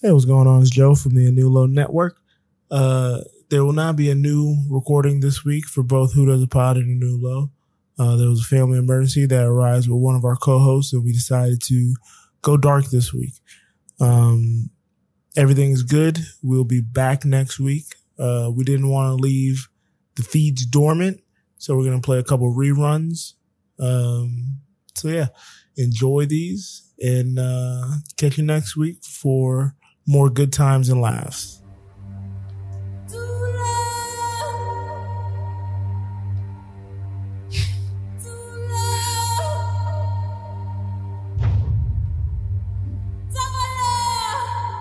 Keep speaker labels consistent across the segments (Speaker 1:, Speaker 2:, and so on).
Speaker 1: Hey, what's going on? It's Joe from the Anulo Network. Uh, there will not be a new recording this week for both Who Does a Pod and Anulo. Uh, there was a family emergency that arose with one of our co-hosts, and we decided to go dark this week. Um, everything's good. We'll be back next week. Uh, we didn't want to leave the feeds dormant, so we're gonna play a couple reruns. Um, so yeah, enjoy these, and uh, catch you next week for more good times and laughs.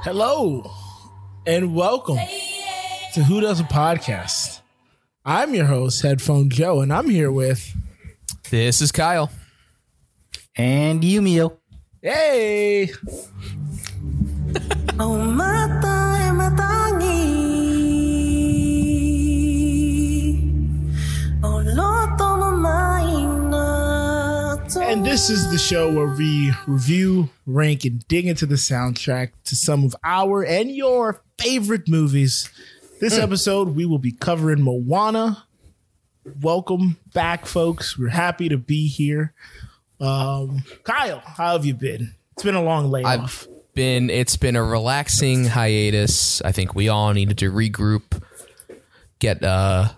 Speaker 1: Hello and welcome to Who Does a Podcast. I'm your host, Headphone Joe, and I'm here with
Speaker 2: This is Kyle.
Speaker 3: And you, Mio.
Speaker 1: Hey, and this is the show where we review, rank, and dig into the soundtrack to some of our and your favorite movies. This
Speaker 3: Hmm.
Speaker 1: episode, we will be covering Moana. Welcome back, folks. We're happy to be here. Um, Kyle, how have you been? It's been a long layoff.
Speaker 2: Been it's been a relaxing hiatus. I think we all needed to regroup, get uh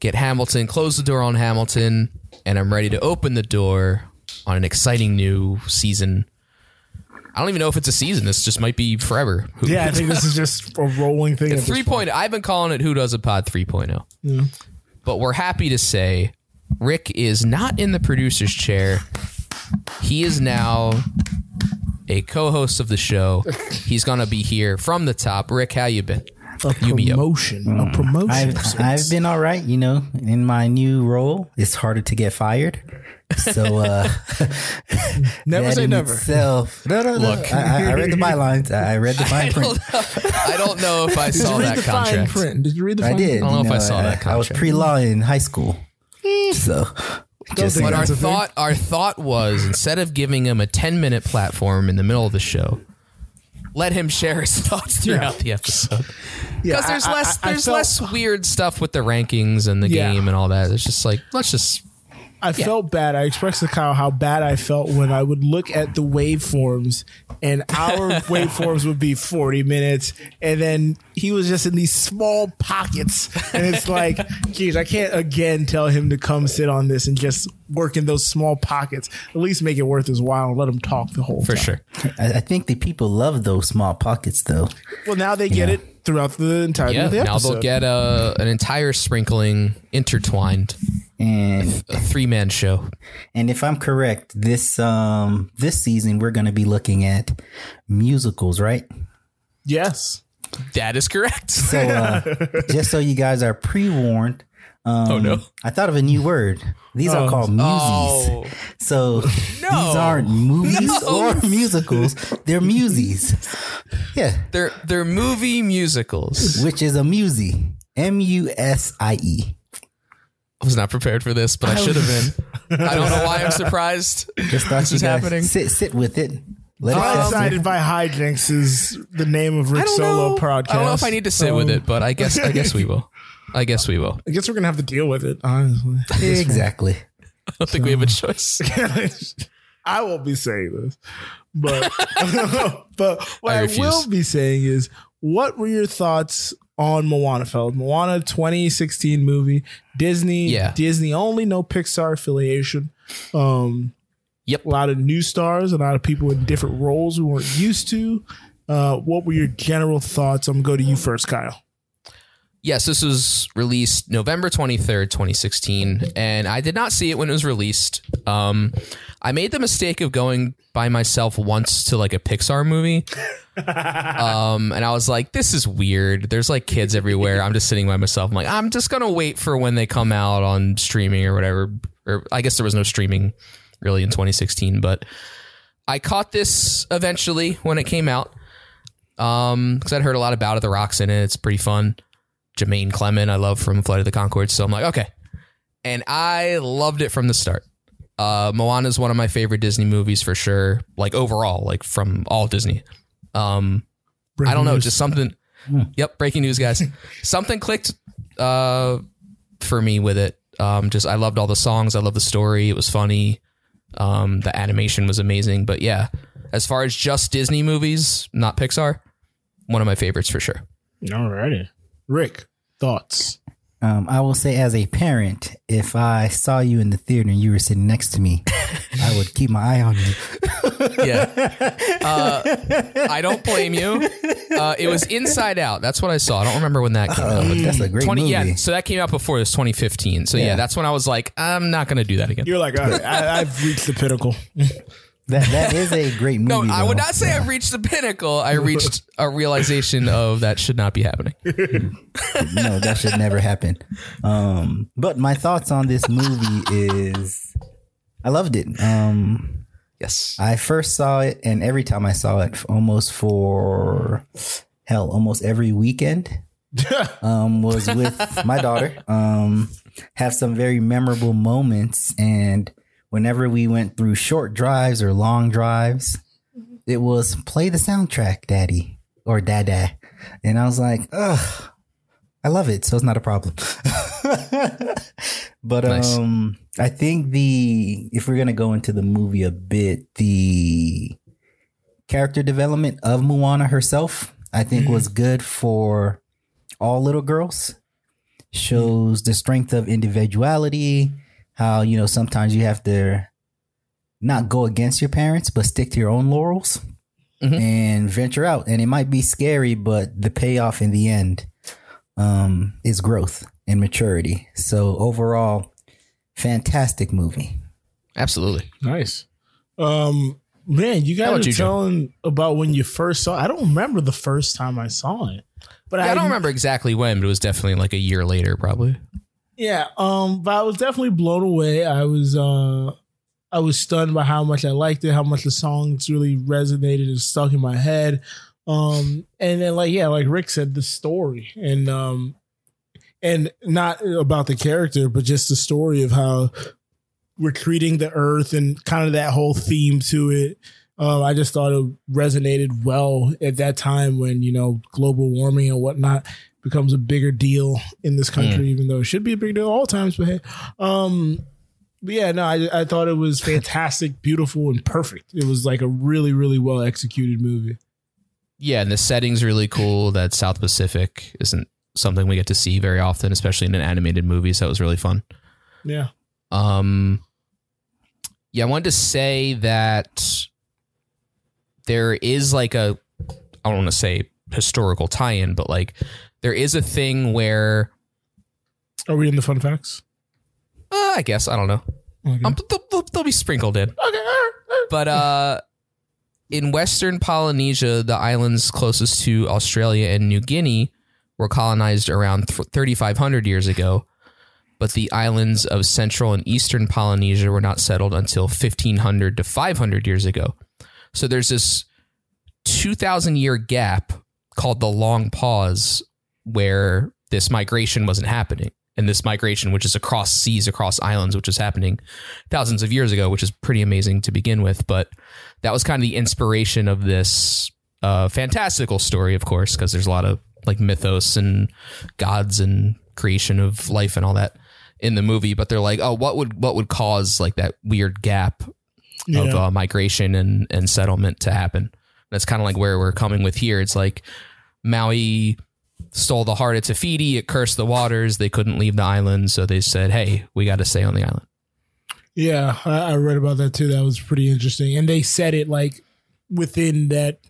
Speaker 2: get Hamilton, close the door on Hamilton, and I'm ready to open the door on an exciting new season. I don't even know if it's a season. This just might be forever. Who-
Speaker 1: yeah, I think this is just a rolling thing. at this
Speaker 2: Three point. I've been calling it Who Does a Pod 3.0. But we're happy to say Rick is not in the producer's chair. He is now a co-host of the show. He's gonna be here from the top. Rick, how you been?
Speaker 1: a
Speaker 2: Yumio.
Speaker 1: promotion. A promotion.
Speaker 3: Hmm. I've I've been all right, you know, in my new role. It's harder to get fired. So uh
Speaker 1: never
Speaker 3: that
Speaker 1: say
Speaker 3: in
Speaker 1: never.
Speaker 3: Itself, no, no, no.
Speaker 2: Look.
Speaker 3: I, I- I read the bylines. I I read the fine
Speaker 2: I
Speaker 3: print.
Speaker 2: don't know. I don't know if I saw that contract.
Speaker 1: print? Did you read the
Speaker 3: I
Speaker 1: fine
Speaker 3: did.
Speaker 2: I don't know
Speaker 3: you
Speaker 2: if I saw that
Speaker 3: I was
Speaker 2: contract.
Speaker 3: pre-law in high school, so just uh,
Speaker 1: think
Speaker 2: But our
Speaker 1: That's a thing.
Speaker 2: thought, our thought was instead of giving him a ten-minute platform in the middle of the show, let him share his thoughts throughout the episode.
Speaker 1: Yeah,
Speaker 2: Because there's
Speaker 1: I- I-
Speaker 2: less,
Speaker 1: I
Speaker 2: there's
Speaker 1: felt-
Speaker 2: less weird stuff with the rankings and the
Speaker 1: Yeah.
Speaker 2: game and all that. It's just like let's just
Speaker 1: I felt bad. I expressed to Kyle how bad I felt when I would look at the waveforms, and our waveforms would be 40 minutes, and then he was just in these small pockets. And it's like, geez, I can't again tell him to come sit on this and just work in those small pockets. At least make it worth his while and let him talk the whole
Speaker 2: for
Speaker 1: time.
Speaker 2: sure.
Speaker 3: I, I think the people love those small pockets, though.
Speaker 1: Well, now they get it throughout the entire
Speaker 2: Yeah,
Speaker 1: the
Speaker 2: now
Speaker 1: episode.
Speaker 2: they'll get a, an entire sprinkling intertwined,
Speaker 3: And
Speaker 2: a three man show.
Speaker 3: and if I'm correct, this um this season we're going to be looking at musicals, right?
Speaker 1: yes.
Speaker 2: That is correct.
Speaker 3: So uh, just so you guys are pre-warned. Um, oh
Speaker 2: no.
Speaker 3: I thought of a new word. These are called musies.
Speaker 2: Oh.
Speaker 3: So these aren't movies or musicals. They're musies. Yeah,
Speaker 2: They're they're movie musicals.
Speaker 3: which is a musie. M U S I E.
Speaker 2: I was not prepared for this, but I should have been. I don't know why I'm surprised.
Speaker 3: Just thought you
Speaker 2: is
Speaker 3: guys
Speaker 2: happening.
Speaker 3: sit sit with it. Let it
Speaker 1: Blindsided
Speaker 3: fester.
Speaker 1: by hijinks is the name of
Speaker 2: I
Speaker 1: Rick's
Speaker 2: don't
Speaker 1: solo
Speaker 2: know.
Speaker 1: podcast.
Speaker 2: I don't know if I need to sit with it, but I guess I guess we will. I guess we will.
Speaker 1: I
Speaker 2: I
Speaker 1: guess we're gonna have to deal with it. Honestly,
Speaker 3: Exactly.
Speaker 2: don't think we have a choice.
Speaker 1: I won't be saying this, but but what
Speaker 2: I
Speaker 1: I,
Speaker 2: refuse.
Speaker 1: will be saying is, what were your thoughts on Moana? Feld Moana 2016 movie, Disney,
Speaker 2: Yeah.
Speaker 1: Disney only, no Pixar affiliation. Um,
Speaker 2: Yep.
Speaker 1: a lot of new stars, a lot of people in different roles we weren't used to. Uh, what were your general thoughts? I'm gonna go to you first, Kyle.
Speaker 2: Yes, this was released November 23rd, 2016, and I did not see it when it was released. Um, I made the mistake of going by myself once to like a Pixar movie. um, and I was like, this is weird. There's like kids everywhere. I'm just sitting by myself. I'm like, I'm just going to wait for when they come out on streaming or whatever. Or I guess there was no streaming really in 2016, but I caught this eventually when it came out. Um, because I'd heard a lot about it. The Rock's in it. It's pretty fun. Jermaine Clement, I love from Flight of the Concords. So I'm like, okay. And I loved it from the start. Uh, Moana is one of my favorite Disney movies for sure. Like overall, like from all Disney. Um, I don't know,
Speaker 1: Breaking news.
Speaker 2: just something.
Speaker 3: Hmm.
Speaker 2: Yep, breaking news, guys. something clicked uh, for me with it. Um, just I loved all the songs. I loved the story. It was funny. Um, the animation was amazing. But yeah, as far as just Disney movies, not Pixar, one of my favorites for sure.
Speaker 4: Alrighty. Rick, thoughts?
Speaker 3: Um, I will say, as a parent, if I saw you in the theater and you were sitting next to me, I would keep my eye on you.
Speaker 2: Yeah. Uh, I don't blame you. Uh, it was Inside Out. That's what I saw. I don't remember when that came out.
Speaker 3: Oh, that's a great
Speaker 2: 20,
Speaker 3: movie.
Speaker 2: yeah, so that came out before this 2015. So yeah.
Speaker 3: Yeah.
Speaker 2: that's when I was like, I'm not going to do that again.
Speaker 1: You're like, all right, I, I've reached the pinnacle.
Speaker 3: That that is a great movie.
Speaker 2: No, I would
Speaker 3: though.
Speaker 2: not say I reached the pinnacle. I reached a realization of that should not be happening.
Speaker 3: no, that should never happen. Um, but my thoughts on this movie is, I loved it. Um,
Speaker 2: Yes.
Speaker 3: I first saw it, and every time I saw it, almost for hell, almost every weekend, um, was with my daughter. Um, have some very memorable moments, and whenever we went through short drives or long drives, it was play the soundtrack, Daddy or Dada, and I was like, ugh, I love it, so it's not a problem. but
Speaker 2: Nice.
Speaker 3: um, I think the if we're gonna go into the movie a bit, the character development of Moana herself, I think, was good for all little girls. Shows the strength of individuality, how, you know, sometimes you have to not go against your parents, but stick to your own laurels
Speaker 2: Mhm.
Speaker 3: and venture out. And it might be scary, but the payoff in the end um, is growth and maturity. So, overall, fantastic movie.
Speaker 2: Absolutely.
Speaker 4: Nice.
Speaker 1: Um, man, you
Speaker 2: How
Speaker 1: guys
Speaker 2: about
Speaker 1: are
Speaker 2: you, Joe?
Speaker 1: telling about when you first saw. I don't remember the first time I saw it, but
Speaker 2: Yeah, I don't remember exactly when, but it was definitely like a year later, probably.
Speaker 1: Yeah, um, but I was definitely blown away. I was, uh, I was stunned by how much I liked it, how much the songs really resonated and stuck in my head. Um, and then like yeah, like Rick said, the story and um, and not about the character, but just the story of how we're treating the earth and kind of that whole theme to it. Um, I just thought it resonated well at that time when you know global warming and whatnot becomes a bigger deal in this country, even though it should be a big deal at all times. But hey, um, but yeah, no, I, I thought it was fantastic, beautiful, and perfect. It was like a really, really well executed movie.
Speaker 2: Yeah, and the setting's really cool. That South Pacific isn't something we get to see very often, especially in an animated movie. So it was really fun.
Speaker 1: Yeah,
Speaker 2: Um, yeah, I wanted to say that there is like a, I don't want to say historical tie in, but like there is a thing where,
Speaker 1: are we in the fun facts?
Speaker 2: uh, I guess, I don't know.
Speaker 1: Okay.
Speaker 2: Um, they'll, they'll- they'll be sprinkled in.
Speaker 1: Okay, all right, all right.
Speaker 2: But uh, in Western Polynesia, the islands closest to Australia and New Guinea were colonized around th- 3,500 years ago. But the islands of Central and Eastern Polynesia were not settled until 1500 to 500 years ago. So there's this 2,000 year gap called the Long Pause where this migration wasn't happening. And this migration, which is across seas, across islands, which is happening thousands of years ago, which is pretty amazing to begin with. But that was kind of the inspiration of this uh, fantastical story, of course, because there's a lot of like mythos and gods and creation of life and all that in the movie. But they're like, oh, what would what would cause like that weird gap
Speaker 1: yeah.
Speaker 2: of uh, migration and, and settlement to happen. That's kind of like where we're coming with here. It's like Maui stole the heart of Tafiti. It cursed the waters. They couldn't leave the island. So they said, hey, we got to stay on the island.
Speaker 1: Yeah, I, I read about that too. That was pretty interesting. And they said it like within that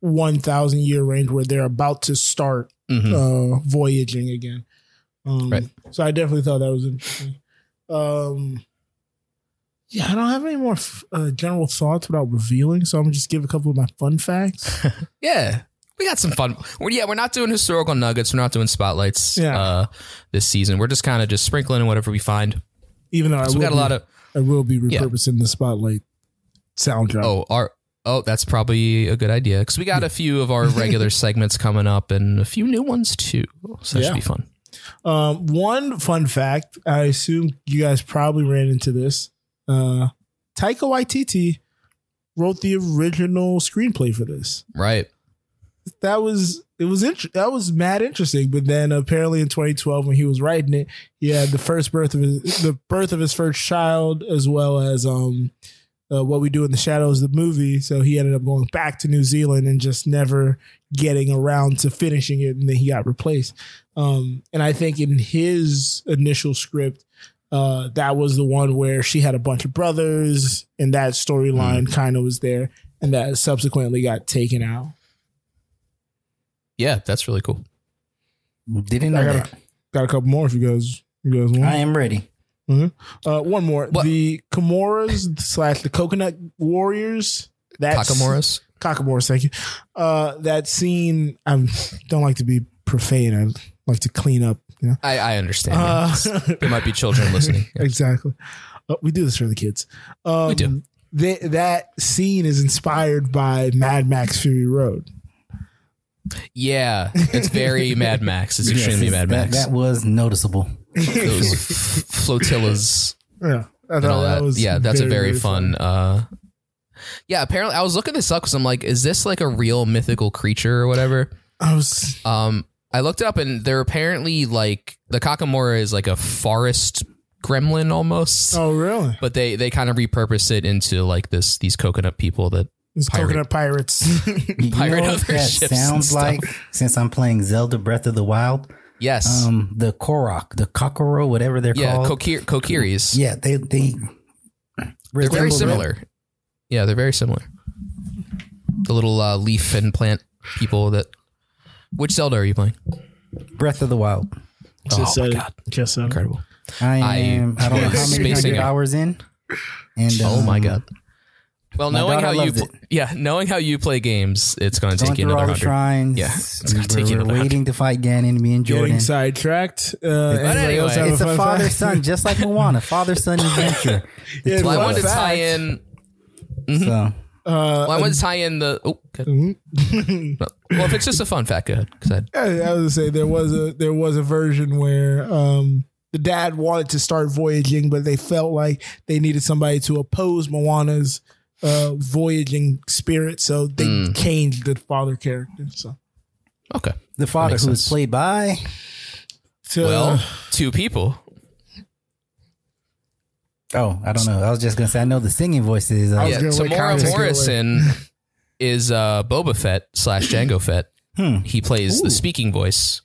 Speaker 1: 1,000 year range where they're about to start
Speaker 2: Mhm.
Speaker 1: uh, voyaging again. Um,
Speaker 2: Right.
Speaker 1: So I definitely thought that was interesting. Um, yeah, I don't have any more f- uh, general thoughts without revealing, so I'm gonna just give a couple of my fun facts.
Speaker 2: Yeah. We got some fun. We're, yeah, we're not doing historical nuggets. We're not doing spotlights
Speaker 1: Yeah.
Speaker 2: uh, this season. We're just kind of just sprinkling in whatever we find.
Speaker 1: Even though I
Speaker 2: So
Speaker 1: will,
Speaker 2: we got a lot
Speaker 1: be,
Speaker 2: of.
Speaker 1: I will be
Speaker 2: Yeah.
Speaker 1: repurposing the spotlight soundtrack.
Speaker 2: Oh, our. Oh, that's probably a good idea because we got a few of our regular segments coming up and a few new ones too. So that
Speaker 1: Yeah.
Speaker 2: should be fun. Oh.
Speaker 1: Um, one fun fact: I assume you guys probably ran into this. Uh, Taika Waititi wrote the original screenplay for this.
Speaker 2: Right.
Speaker 1: that was it was int- that was mad interesting. But then apparently in 2012 when he was writing it, he had the first birth of his the birth of his first child as well as um uh, what we do in the shadows the movie. So he ended up going back to New Zealand and just never getting around to finishing it, and then he got replaced. Um, and I think in his initial script. Uh, that was the one where she had a bunch of brothers, and that storyline kind of was there, and that subsequently got taken out.
Speaker 2: Yeah, that's really cool.
Speaker 3: Didn't know
Speaker 1: I gotta-
Speaker 3: that.
Speaker 1: Got a couple more if you guys you guys want.
Speaker 3: I am ready.
Speaker 1: uh, one more.
Speaker 2: What?
Speaker 1: The Kimuras slash the Coconut Warriors. That's
Speaker 2: Kakamoras.
Speaker 1: Kakamoras, thank you. Uh, that scene. I don't like to be profane. I like to clean up. You know.
Speaker 2: I, I understand.
Speaker 1: Uh,
Speaker 2: yeah. there might be children listening. Yeah.
Speaker 1: exactly. Uh, we do this for the kids. Um,
Speaker 2: We do.
Speaker 1: Th- that scene is inspired by Mad Max Fury Road.
Speaker 2: Yeah, it's very Mad Max. It's
Speaker 3: Yes,
Speaker 2: extremely
Speaker 3: it's-
Speaker 2: Mad
Speaker 3: that-
Speaker 2: Max.
Speaker 3: That was noticeable.
Speaker 2: Those f- flotillas
Speaker 1: Yeah, I thought
Speaker 2: and all that.
Speaker 1: was
Speaker 2: yeah, that's a very
Speaker 1: very
Speaker 2: fun. Uh, yeah, apparently I was looking this up because I'm like, is this like a real mythical creature or whatever?
Speaker 1: I was
Speaker 2: Um, I looked it up and they're apparently like the Kakamora is like a forest gremlin almost.
Speaker 1: oh really?
Speaker 2: But they they kind of repurposed it into like this these coconut people that
Speaker 1: It's
Speaker 2: Pirate.
Speaker 1: coconut pirates.
Speaker 3: You
Speaker 2: Pirate
Speaker 3: know
Speaker 2: other
Speaker 3: what that
Speaker 2: ships and
Speaker 3: sounds
Speaker 2: stuff.
Speaker 3: like? Since I'm playing Zelda Breath of the Wild,
Speaker 2: yes.
Speaker 3: um, the Korok, the Kokoro, whatever they're
Speaker 2: yeah,
Speaker 3: called.
Speaker 2: Kokir- Kokiris.
Speaker 3: yeah, they they
Speaker 2: They're very
Speaker 3: resemble them.
Speaker 2: similar. Yeah, they're very similar. The little uh, leaf and plant people that. Which Zelda are you playing?
Speaker 3: Breath of the Wild.
Speaker 2: oh my
Speaker 1: uh,
Speaker 4: said it.
Speaker 2: god,
Speaker 4: Just said it.
Speaker 2: incredible!
Speaker 3: I
Speaker 2: I
Speaker 3: am. I, don't know how
Speaker 2: was
Speaker 3: many
Speaker 2: spacing
Speaker 3: hundred
Speaker 2: out.
Speaker 3: hours in. And
Speaker 2: oh my
Speaker 3: um,
Speaker 2: god. Well,
Speaker 3: my
Speaker 2: knowing
Speaker 3: daughter
Speaker 2: how you,
Speaker 3: loved
Speaker 2: pl- yeah, knowing how you play games, it's going to
Speaker 3: Going
Speaker 2: take you
Speaker 3: through all
Speaker 2: another
Speaker 3: the
Speaker 2: hundred.
Speaker 3: shrines.
Speaker 2: Yeah, it's gonna
Speaker 3: We
Speaker 2: take you
Speaker 3: we're
Speaker 2: another
Speaker 3: waiting to fight Ganon. Me and Jordan.
Speaker 1: Getting sidetracked. Uh, anybody
Speaker 2: anyway,
Speaker 1: else have
Speaker 3: It's a
Speaker 1: fun fact?
Speaker 3: father son, just like Moana. Father son adventure. The
Speaker 1: Yeah,
Speaker 3: two
Speaker 2: Well, I
Speaker 3: of
Speaker 2: wanted to Mm-hmm.
Speaker 3: us.
Speaker 2: tie in.
Speaker 3: So
Speaker 1: Uh,
Speaker 2: Well, I wanted to tie in the. Oh, good.
Speaker 1: mhm.
Speaker 2: well, if it's just a fun fact, go ahead. 'cause I-
Speaker 1: I was gonna say there was a there was a version where um, the dad wanted to start voyaging, but they felt like they needed somebody to oppose Moana's uh, voyaging spirit, so they
Speaker 2: Mm.
Speaker 1: changed the father character. So,
Speaker 2: okay.
Speaker 3: the father
Speaker 2: makes
Speaker 3: who was
Speaker 2: sense.
Speaker 3: played by
Speaker 1: to,
Speaker 2: Well, two people.
Speaker 3: Oh, I don't know. I was just gonna say I know the singing voices. Uh,
Speaker 1: I was
Speaker 2: Yeah,
Speaker 1: gonna wait, Kyle
Speaker 2: Tamora
Speaker 1: was gonna
Speaker 2: Morrison is uh, Boba Fett slash Django Fett.
Speaker 3: hmm.
Speaker 2: He plays the speaking voice.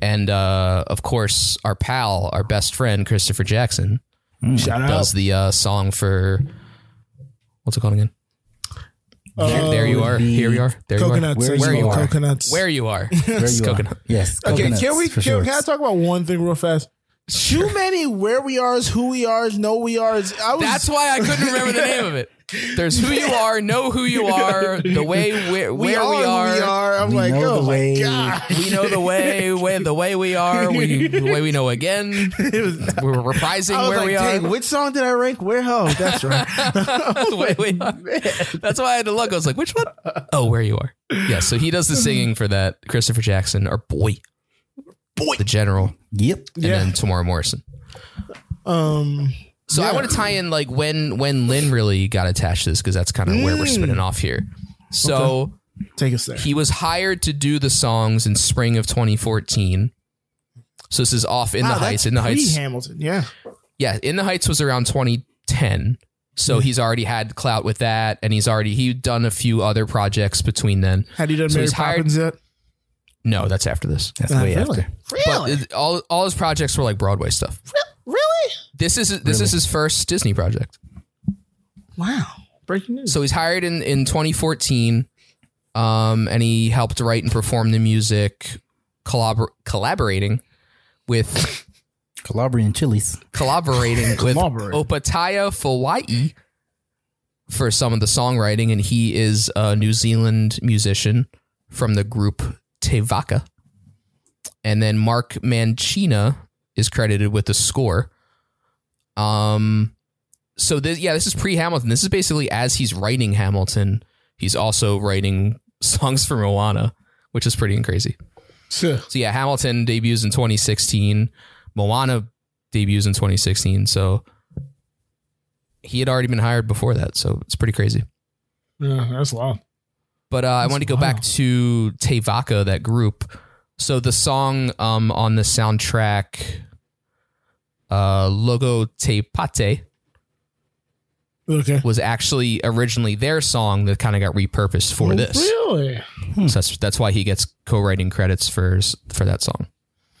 Speaker 2: And uh, of course, our pal, our best friend, Christopher Jackson,
Speaker 1: shout out.
Speaker 2: does the uh, song for what's it called again? Here- there you are. Here we are. There
Speaker 1: uh, Coconuts.
Speaker 3: Where
Speaker 1: it's
Speaker 2: you
Speaker 1: called
Speaker 2: are. you
Speaker 1: Coconuts.
Speaker 2: are. Where you are.
Speaker 3: There
Speaker 2: It's
Speaker 3: you are.
Speaker 2: coconut.
Speaker 3: Yes.
Speaker 1: Okay,
Speaker 3: coconuts,
Speaker 1: can we
Speaker 3: for
Speaker 1: can,
Speaker 3: sure.
Speaker 1: can I talk about one thing real fast? Too many where we are's, who we are's, no we are's. I was
Speaker 2: That's why I couldn't remember the name of it. There's who you are, know who you are, the way where,
Speaker 1: we
Speaker 2: where
Speaker 1: are,
Speaker 2: we
Speaker 1: who
Speaker 2: are.
Speaker 1: we are. I'm
Speaker 3: We
Speaker 1: like,
Speaker 3: know
Speaker 1: oh
Speaker 3: the way.
Speaker 1: my god,
Speaker 2: We know the way, way the way we are, we, the way we know again. We're reprising
Speaker 1: I was
Speaker 2: where
Speaker 1: like,
Speaker 2: we are.
Speaker 1: dang, which song did I rank? Where hell? That's right.
Speaker 2: the way we are. That's why I had to look. I was like, which one? Oh, where you are. Yeah, so he does the singing for that. Christopher Jackson, our boy. Boy. The general.
Speaker 3: Yep.
Speaker 2: And then Tamora Morrison.
Speaker 1: Um,
Speaker 2: So I want to tie in like when when Lynn really got attached to this, because that's kind of where we're
Speaker 1: Mm.
Speaker 2: spinning off here. So
Speaker 1: take us there.
Speaker 2: he was hired to do the songs in spring of 2014. So this is off in the
Speaker 1: Wow,
Speaker 2: heights.
Speaker 1: that's
Speaker 2: In the heights.
Speaker 1: Hamilton, yeah.
Speaker 2: yeah, In the Heights was around 2010. So
Speaker 1: Mm.
Speaker 2: he's already had clout with that, and he's already he done a few other projects between then.
Speaker 1: Had he done
Speaker 2: So
Speaker 1: Mary
Speaker 2: he's hired-
Speaker 1: Poppins yet?
Speaker 2: No, that's after this.
Speaker 3: That's
Speaker 1: Not
Speaker 3: way
Speaker 1: really.
Speaker 3: after.
Speaker 2: But it- all all his projects were like Broadway stuff.
Speaker 1: Really?
Speaker 2: This is this is his first Disney project.
Speaker 1: Wow. Breaking news.
Speaker 2: So he's hired in in 2014, um, and he helped write and perform the music, collabor- collaborating with
Speaker 3: Calabrian chilies.
Speaker 2: collaborating with
Speaker 4: Collaborate.
Speaker 2: Opataya Fawai for some of the songwriting, and he is a New Zealand musician from the group Te Vaka. And then Mark Mancina is credited with the score. Um, so this, yeah, this is pre Hamilton. This is basically as he's writing Hamilton, he's also writing songs for Moana, which is pretty crazy. So yeah, Hamilton debuts in 2016. Moana debuts in 2016. So he had already been hired before that. So it's pretty crazy.
Speaker 1: yeah, that's wild.
Speaker 2: But uh, I wanted to go back to Tevaka, that group. So the song um, on the soundtrack, uh, Logo Te Pate,
Speaker 1: Okay.
Speaker 2: was actually originally their song that kind of got repurposed
Speaker 1: Oh,
Speaker 2: for this.
Speaker 4: Really?
Speaker 2: So that's that's why he gets co-writing credits for s- for that song,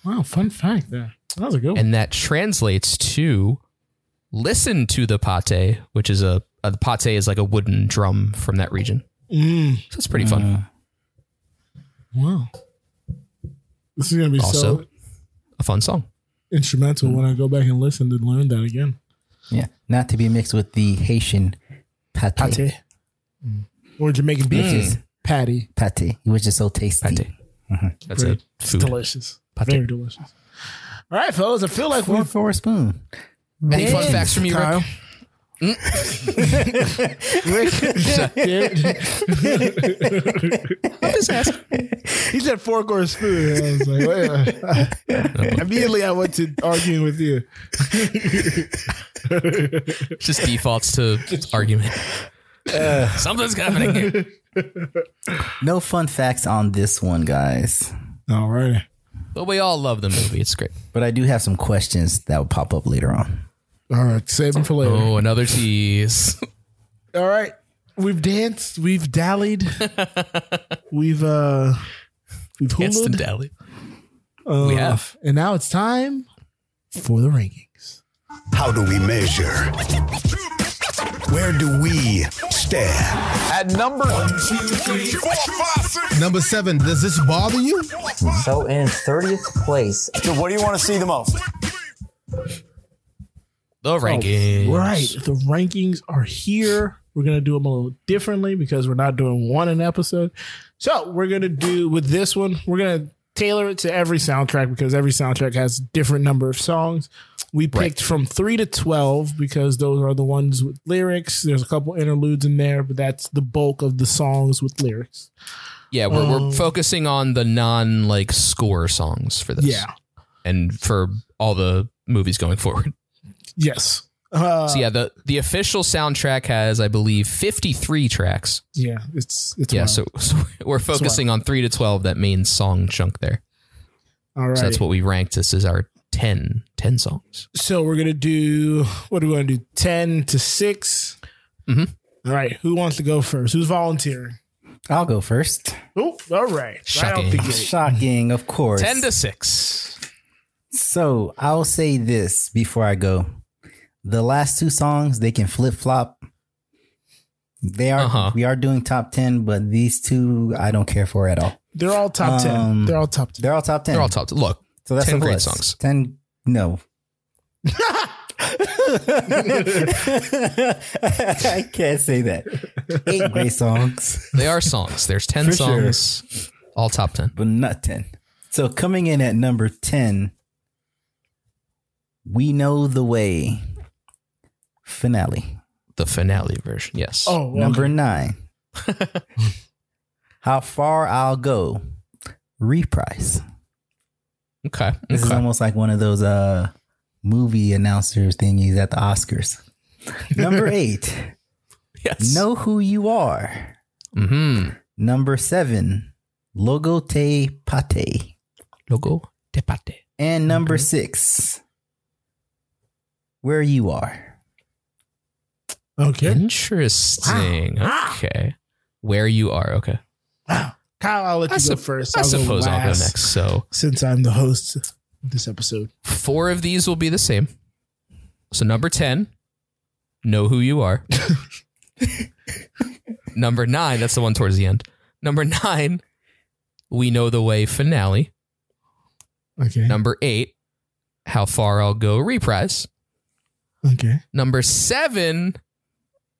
Speaker 4: Wow, fun fact there. That was a good one.
Speaker 2: and that translates to "listen to the pate," which is a, a the pate is like a wooden drum from that region.
Speaker 1: Mm,
Speaker 2: So it's pretty fun.
Speaker 1: wow. This is gonna be
Speaker 2: Also-
Speaker 1: so
Speaker 2: a fun song.
Speaker 1: instrumental when I go back and listen to learn that again.
Speaker 3: Yeah, not to be mixed with the Haitian pate. Pate,
Speaker 1: Pate. Mm. Or Jamaican beef is patty.
Speaker 3: it was just so tasty.
Speaker 2: Pate. That's
Speaker 1: Mm-hmm. Great.
Speaker 2: a
Speaker 1: It's
Speaker 2: food.
Speaker 1: delicious.
Speaker 2: Pate.
Speaker 1: Very delicious. All right, fellas. I feel like
Speaker 3: Four
Speaker 1: we're
Speaker 3: for a spoon.
Speaker 2: Any fun facts from you, Rick?
Speaker 1: Kyle.
Speaker 2: I'm just asking.
Speaker 1: He said four course food. and I was like, wait a minute. immediately I went to arguing with you.
Speaker 2: It's just defaults to argument.
Speaker 1: Uh.
Speaker 2: Something's happening here.
Speaker 3: no fun facts on this one, guys.
Speaker 1: All right.
Speaker 2: But we all love the movie. It's great.
Speaker 3: But I do have some questions that will pop up later on.
Speaker 1: All right. Save them for later.
Speaker 2: Oh, another tease.
Speaker 1: All right. We've danced. We've dallied. we've uh we've
Speaker 2: Instant
Speaker 1: hooled.
Speaker 2: dally.
Speaker 1: Uh,
Speaker 2: we have.
Speaker 1: And now it's time for the rankings.
Speaker 5: How do we measure? Where do we stand?
Speaker 6: At number
Speaker 7: Number seven, does this bother you?
Speaker 8: So in 30th place,
Speaker 6: what do you want to see the most?
Speaker 2: The ranking.
Speaker 1: Right. The rankings are here. We're gonna do them a little differently because we're not doing one an episode. So we're gonna do with this one, we're gonna tailor it to every soundtrack because every soundtrack has a different number of songs. We picked from three to twelve because those are the ones with lyrics. There's a couple interludes in there, but that's the bulk of the songs with lyrics.
Speaker 2: Yeah, we're,
Speaker 1: Um,
Speaker 2: we're focusing on the non like score songs for this.
Speaker 1: Yeah.
Speaker 2: And for all the movies going forward.
Speaker 1: Yes. Uh,
Speaker 2: so yeah, the the official soundtrack has, I believe, fifty three tracks.
Speaker 1: yeah. It's it's
Speaker 2: Yeah,
Speaker 1: wild.
Speaker 2: so, so we're focusing on three to twelve, that main song chunk there.
Speaker 1: all right.
Speaker 2: So that's what we ranked. This is our 10, 10 songs.
Speaker 1: So we're gonna do what are we gonna do? Ten to 6
Speaker 2: Mhm.
Speaker 1: All right. Who wants to go first? Who's volunteering?
Speaker 3: I'll go first.
Speaker 1: Oh, all right.
Speaker 2: Shocking.
Speaker 1: Right out the gate.
Speaker 3: Shocking, of course.
Speaker 2: 10 to 6.
Speaker 3: So I'll say this before I go. The last two songs, they can flip flop. They are
Speaker 2: Uh-huh.
Speaker 3: we are doing top ten, but these two I don't care for at all.
Speaker 1: They're all top ten.
Speaker 3: Um,
Speaker 1: They're all top ten.
Speaker 3: They're all top ten.
Speaker 2: They're all top. Look,
Speaker 3: So that's
Speaker 2: 10
Speaker 3: a
Speaker 2: great
Speaker 3: plus.
Speaker 2: songs.
Speaker 3: Ten no. I can't say that. Eight great songs,
Speaker 2: they are songs. There's 10
Speaker 3: For sure.
Speaker 2: songs, all top 10.
Speaker 3: but not ten. So coming in at number ten, we know the way. Finale.
Speaker 2: The finale version. Yes.
Speaker 1: Oh, okay.
Speaker 3: Number nine. How far I'll go. Reprise.
Speaker 2: okay.
Speaker 3: This is
Speaker 2: Okay.
Speaker 3: almost like one of those uh movie announcers thingies at the Oscars. Number eight.
Speaker 2: Yes.
Speaker 3: Know who you are.
Speaker 2: Mm-hmm.
Speaker 3: Number seven. Logo te pate.
Speaker 2: Logo de pate.
Speaker 3: And number six. Where you are.
Speaker 1: Okay.
Speaker 2: Interesting.
Speaker 1: Wow.
Speaker 2: Okay. Where you are. Okay.
Speaker 1: Kyle, I'll let you go
Speaker 2: I, sup-
Speaker 1: first.
Speaker 2: I
Speaker 1: I'll go
Speaker 2: suppose I'll go
Speaker 1: last
Speaker 2: next. So
Speaker 1: Since I'm the host of this episode.
Speaker 2: four of these will be the same. So number 10, know who you are. number nine, that's the one towards the end. Number nine, we know the way finale.
Speaker 1: Okay.
Speaker 2: Number eight, how far I'll go reprise.
Speaker 1: Okay.
Speaker 2: Number seven,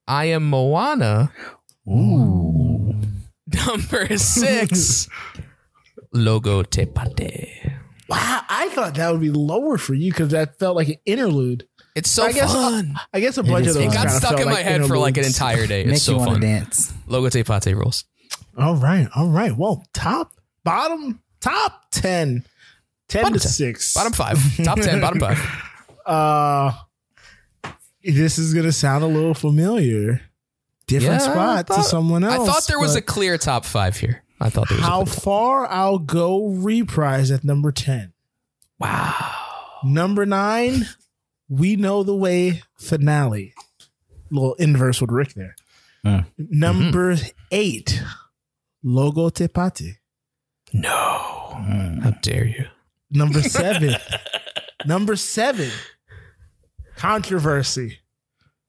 Speaker 2: I am Moana.
Speaker 3: Ooh.
Speaker 2: Number six, Logo Te Pate.
Speaker 1: Wow, I thought that would be lower for you because that felt like an interlude.
Speaker 2: It's so
Speaker 1: I guess- uh,
Speaker 2: fun.
Speaker 1: I guess a bunch
Speaker 3: is
Speaker 1: of
Speaker 3: fun.
Speaker 1: those
Speaker 2: it got
Speaker 1: kinda
Speaker 2: stuck
Speaker 1: felt
Speaker 2: in my head for like an
Speaker 1: interludes.
Speaker 2: entire day.
Speaker 3: Make
Speaker 2: It's so
Speaker 3: you want to
Speaker 2: fun.
Speaker 3: dance.
Speaker 2: Logo Te Pate rules.
Speaker 1: All right, all right. Well, top, bottom, top 10. 10
Speaker 2: Bottom
Speaker 1: to
Speaker 2: 10.
Speaker 1: 6.
Speaker 2: Bottom five, top ten, bottom five.
Speaker 1: Uh, this is going to sound a little familiar. different
Speaker 2: Yeah, I
Speaker 1: spot to
Speaker 2: thought-
Speaker 1: someone
Speaker 2: I
Speaker 1: else.
Speaker 2: thought there was a
Speaker 1: but
Speaker 2: clear top five here. I thought there was
Speaker 1: how
Speaker 2: a clear-
Speaker 1: far I'll go reprise at number ten. Wow. Number nine, we know the way finale. Little inverse with Rick there.
Speaker 3: Mm.
Speaker 1: Number
Speaker 2: Mm-hmm.
Speaker 1: eight, logo tepate.
Speaker 2: How dare you?
Speaker 1: Number seven. number seven. Controversy.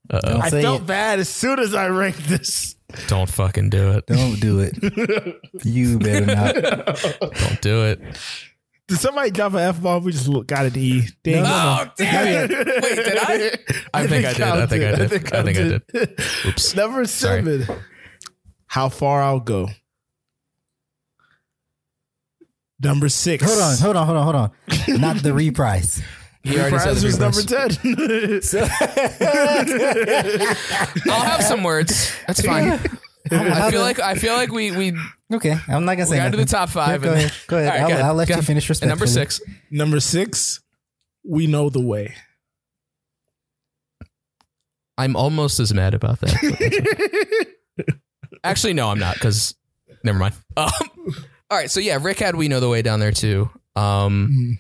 Speaker 3: Don't
Speaker 1: I
Speaker 3: say
Speaker 1: felt
Speaker 3: it.
Speaker 1: bad as soon as I ranked this.
Speaker 2: Don't fucking do it.
Speaker 3: Don't do it. you better not.
Speaker 2: Don't do it.
Speaker 1: Did somebody drop an F bomb? We just look, got an E. Dang.
Speaker 2: Oh, damn it. Wait, did I? I think I did. I think I did. I think I did. Oops.
Speaker 1: Number
Speaker 2: Sorry.
Speaker 1: seven. How far I'll go. Number six.
Speaker 3: Hold on, hold on, hold on, hold on. Not the reprise.
Speaker 2: He already said
Speaker 1: Prize
Speaker 2: the
Speaker 1: was number
Speaker 2: reverse.
Speaker 1: ten.
Speaker 2: I'll have some words. That's fine. I feel like I feel like we we
Speaker 3: Okay, I'm not gonna say.
Speaker 2: got to the
Speaker 3: nothing.
Speaker 2: top five.
Speaker 3: Go
Speaker 2: and-
Speaker 3: ahead. Go ahead.
Speaker 2: All right,
Speaker 3: I'll,
Speaker 2: go ahead.
Speaker 3: I'll let
Speaker 2: Go
Speaker 3: you
Speaker 2: ahead.
Speaker 3: finish
Speaker 2: And
Speaker 3: respectfully.
Speaker 2: number six.
Speaker 1: number six. We know the way.
Speaker 2: I'm almost as mad about that. but that's okay. Actually, no, I'm not because never mind. Um, all right, so yeah, Rick had we know the way down there too. Um,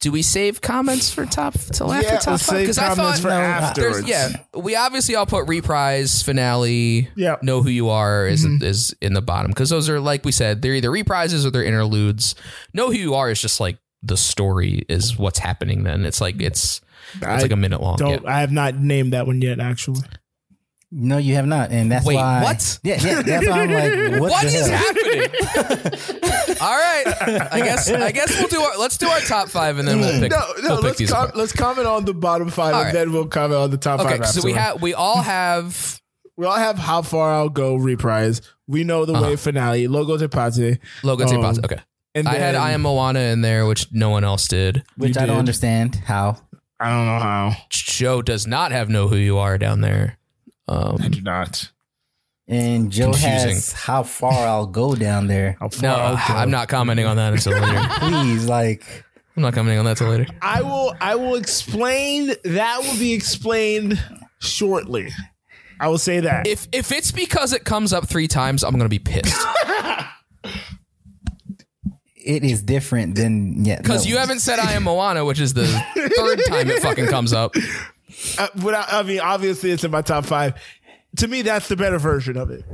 Speaker 2: do we save comments for top till after
Speaker 1: Yeah,
Speaker 2: top
Speaker 1: we'll
Speaker 2: five?
Speaker 1: save comments for
Speaker 2: there's-
Speaker 1: afterwards.
Speaker 2: yeah, we obviously all put reprise finale.
Speaker 1: Yeah.
Speaker 2: know who you are is
Speaker 1: Mm-hmm.
Speaker 2: is in the bottom because those are like we said they're either reprises or they're interludes. Know who you are is just like the story is what's happening. Then it's like it's it's
Speaker 1: I
Speaker 2: like a minute long. yeah.
Speaker 1: Don't. I have not named that one yet. Actually.
Speaker 3: No, you have not, and that's
Speaker 2: Wait,
Speaker 3: why.
Speaker 2: what?
Speaker 3: Yeah, yeah. That's why I'm like, what,
Speaker 2: what
Speaker 3: the
Speaker 2: is
Speaker 3: hell?
Speaker 2: happening? All right, I guess I guess we'll do our let's do our top five and then we'll pick.
Speaker 1: Mm. No, no.
Speaker 2: we'll pick
Speaker 1: let's
Speaker 2: these
Speaker 1: com-
Speaker 2: apart.
Speaker 1: let's comment on the bottom five,
Speaker 2: All
Speaker 1: and
Speaker 2: right.
Speaker 1: then we'll comment on the top
Speaker 2: okay,
Speaker 1: five.
Speaker 2: so we
Speaker 1: afterward.
Speaker 2: have we all have
Speaker 1: we all have how far I'll go reprise. We know
Speaker 2: Uh-huh.
Speaker 1: the way finale logo de pate,
Speaker 2: Logan
Speaker 1: Um,
Speaker 2: Tipas. Okay,
Speaker 1: and
Speaker 2: I had
Speaker 1: then-
Speaker 2: I am Moana in there, which no one else did.
Speaker 3: Which I
Speaker 1: did.
Speaker 3: don't understand how.
Speaker 1: I don't know how.
Speaker 2: Joe does not have know who you are down there. Um,
Speaker 1: do not.
Speaker 3: And Joe has
Speaker 2: Confusing.
Speaker 3: how far I'll go down there.
Speaker 1: How far
Speaker 2: no,
Speaker 1: I'll go.
Speaker 2: I'm not commenting on that until later. I'm
Speaker 3: Please, like,
Speaker 2: not commenting on that till later.
Speaker 1: I will. I will explain. That will be explained shortly. I will say that.
Speaker 2: If if it's because it comes up three times, I'm gonna be pissed
Speaker 3: it is different than yeah.
Speaker 2: because
Speaker 3: no.
Speaker 2: you haven't said I am Moana, which is the third time it fucking comes up.
Speaker 1: Uh, but I, I mean, obviously, it's in my top five. To me, that's the better version of it.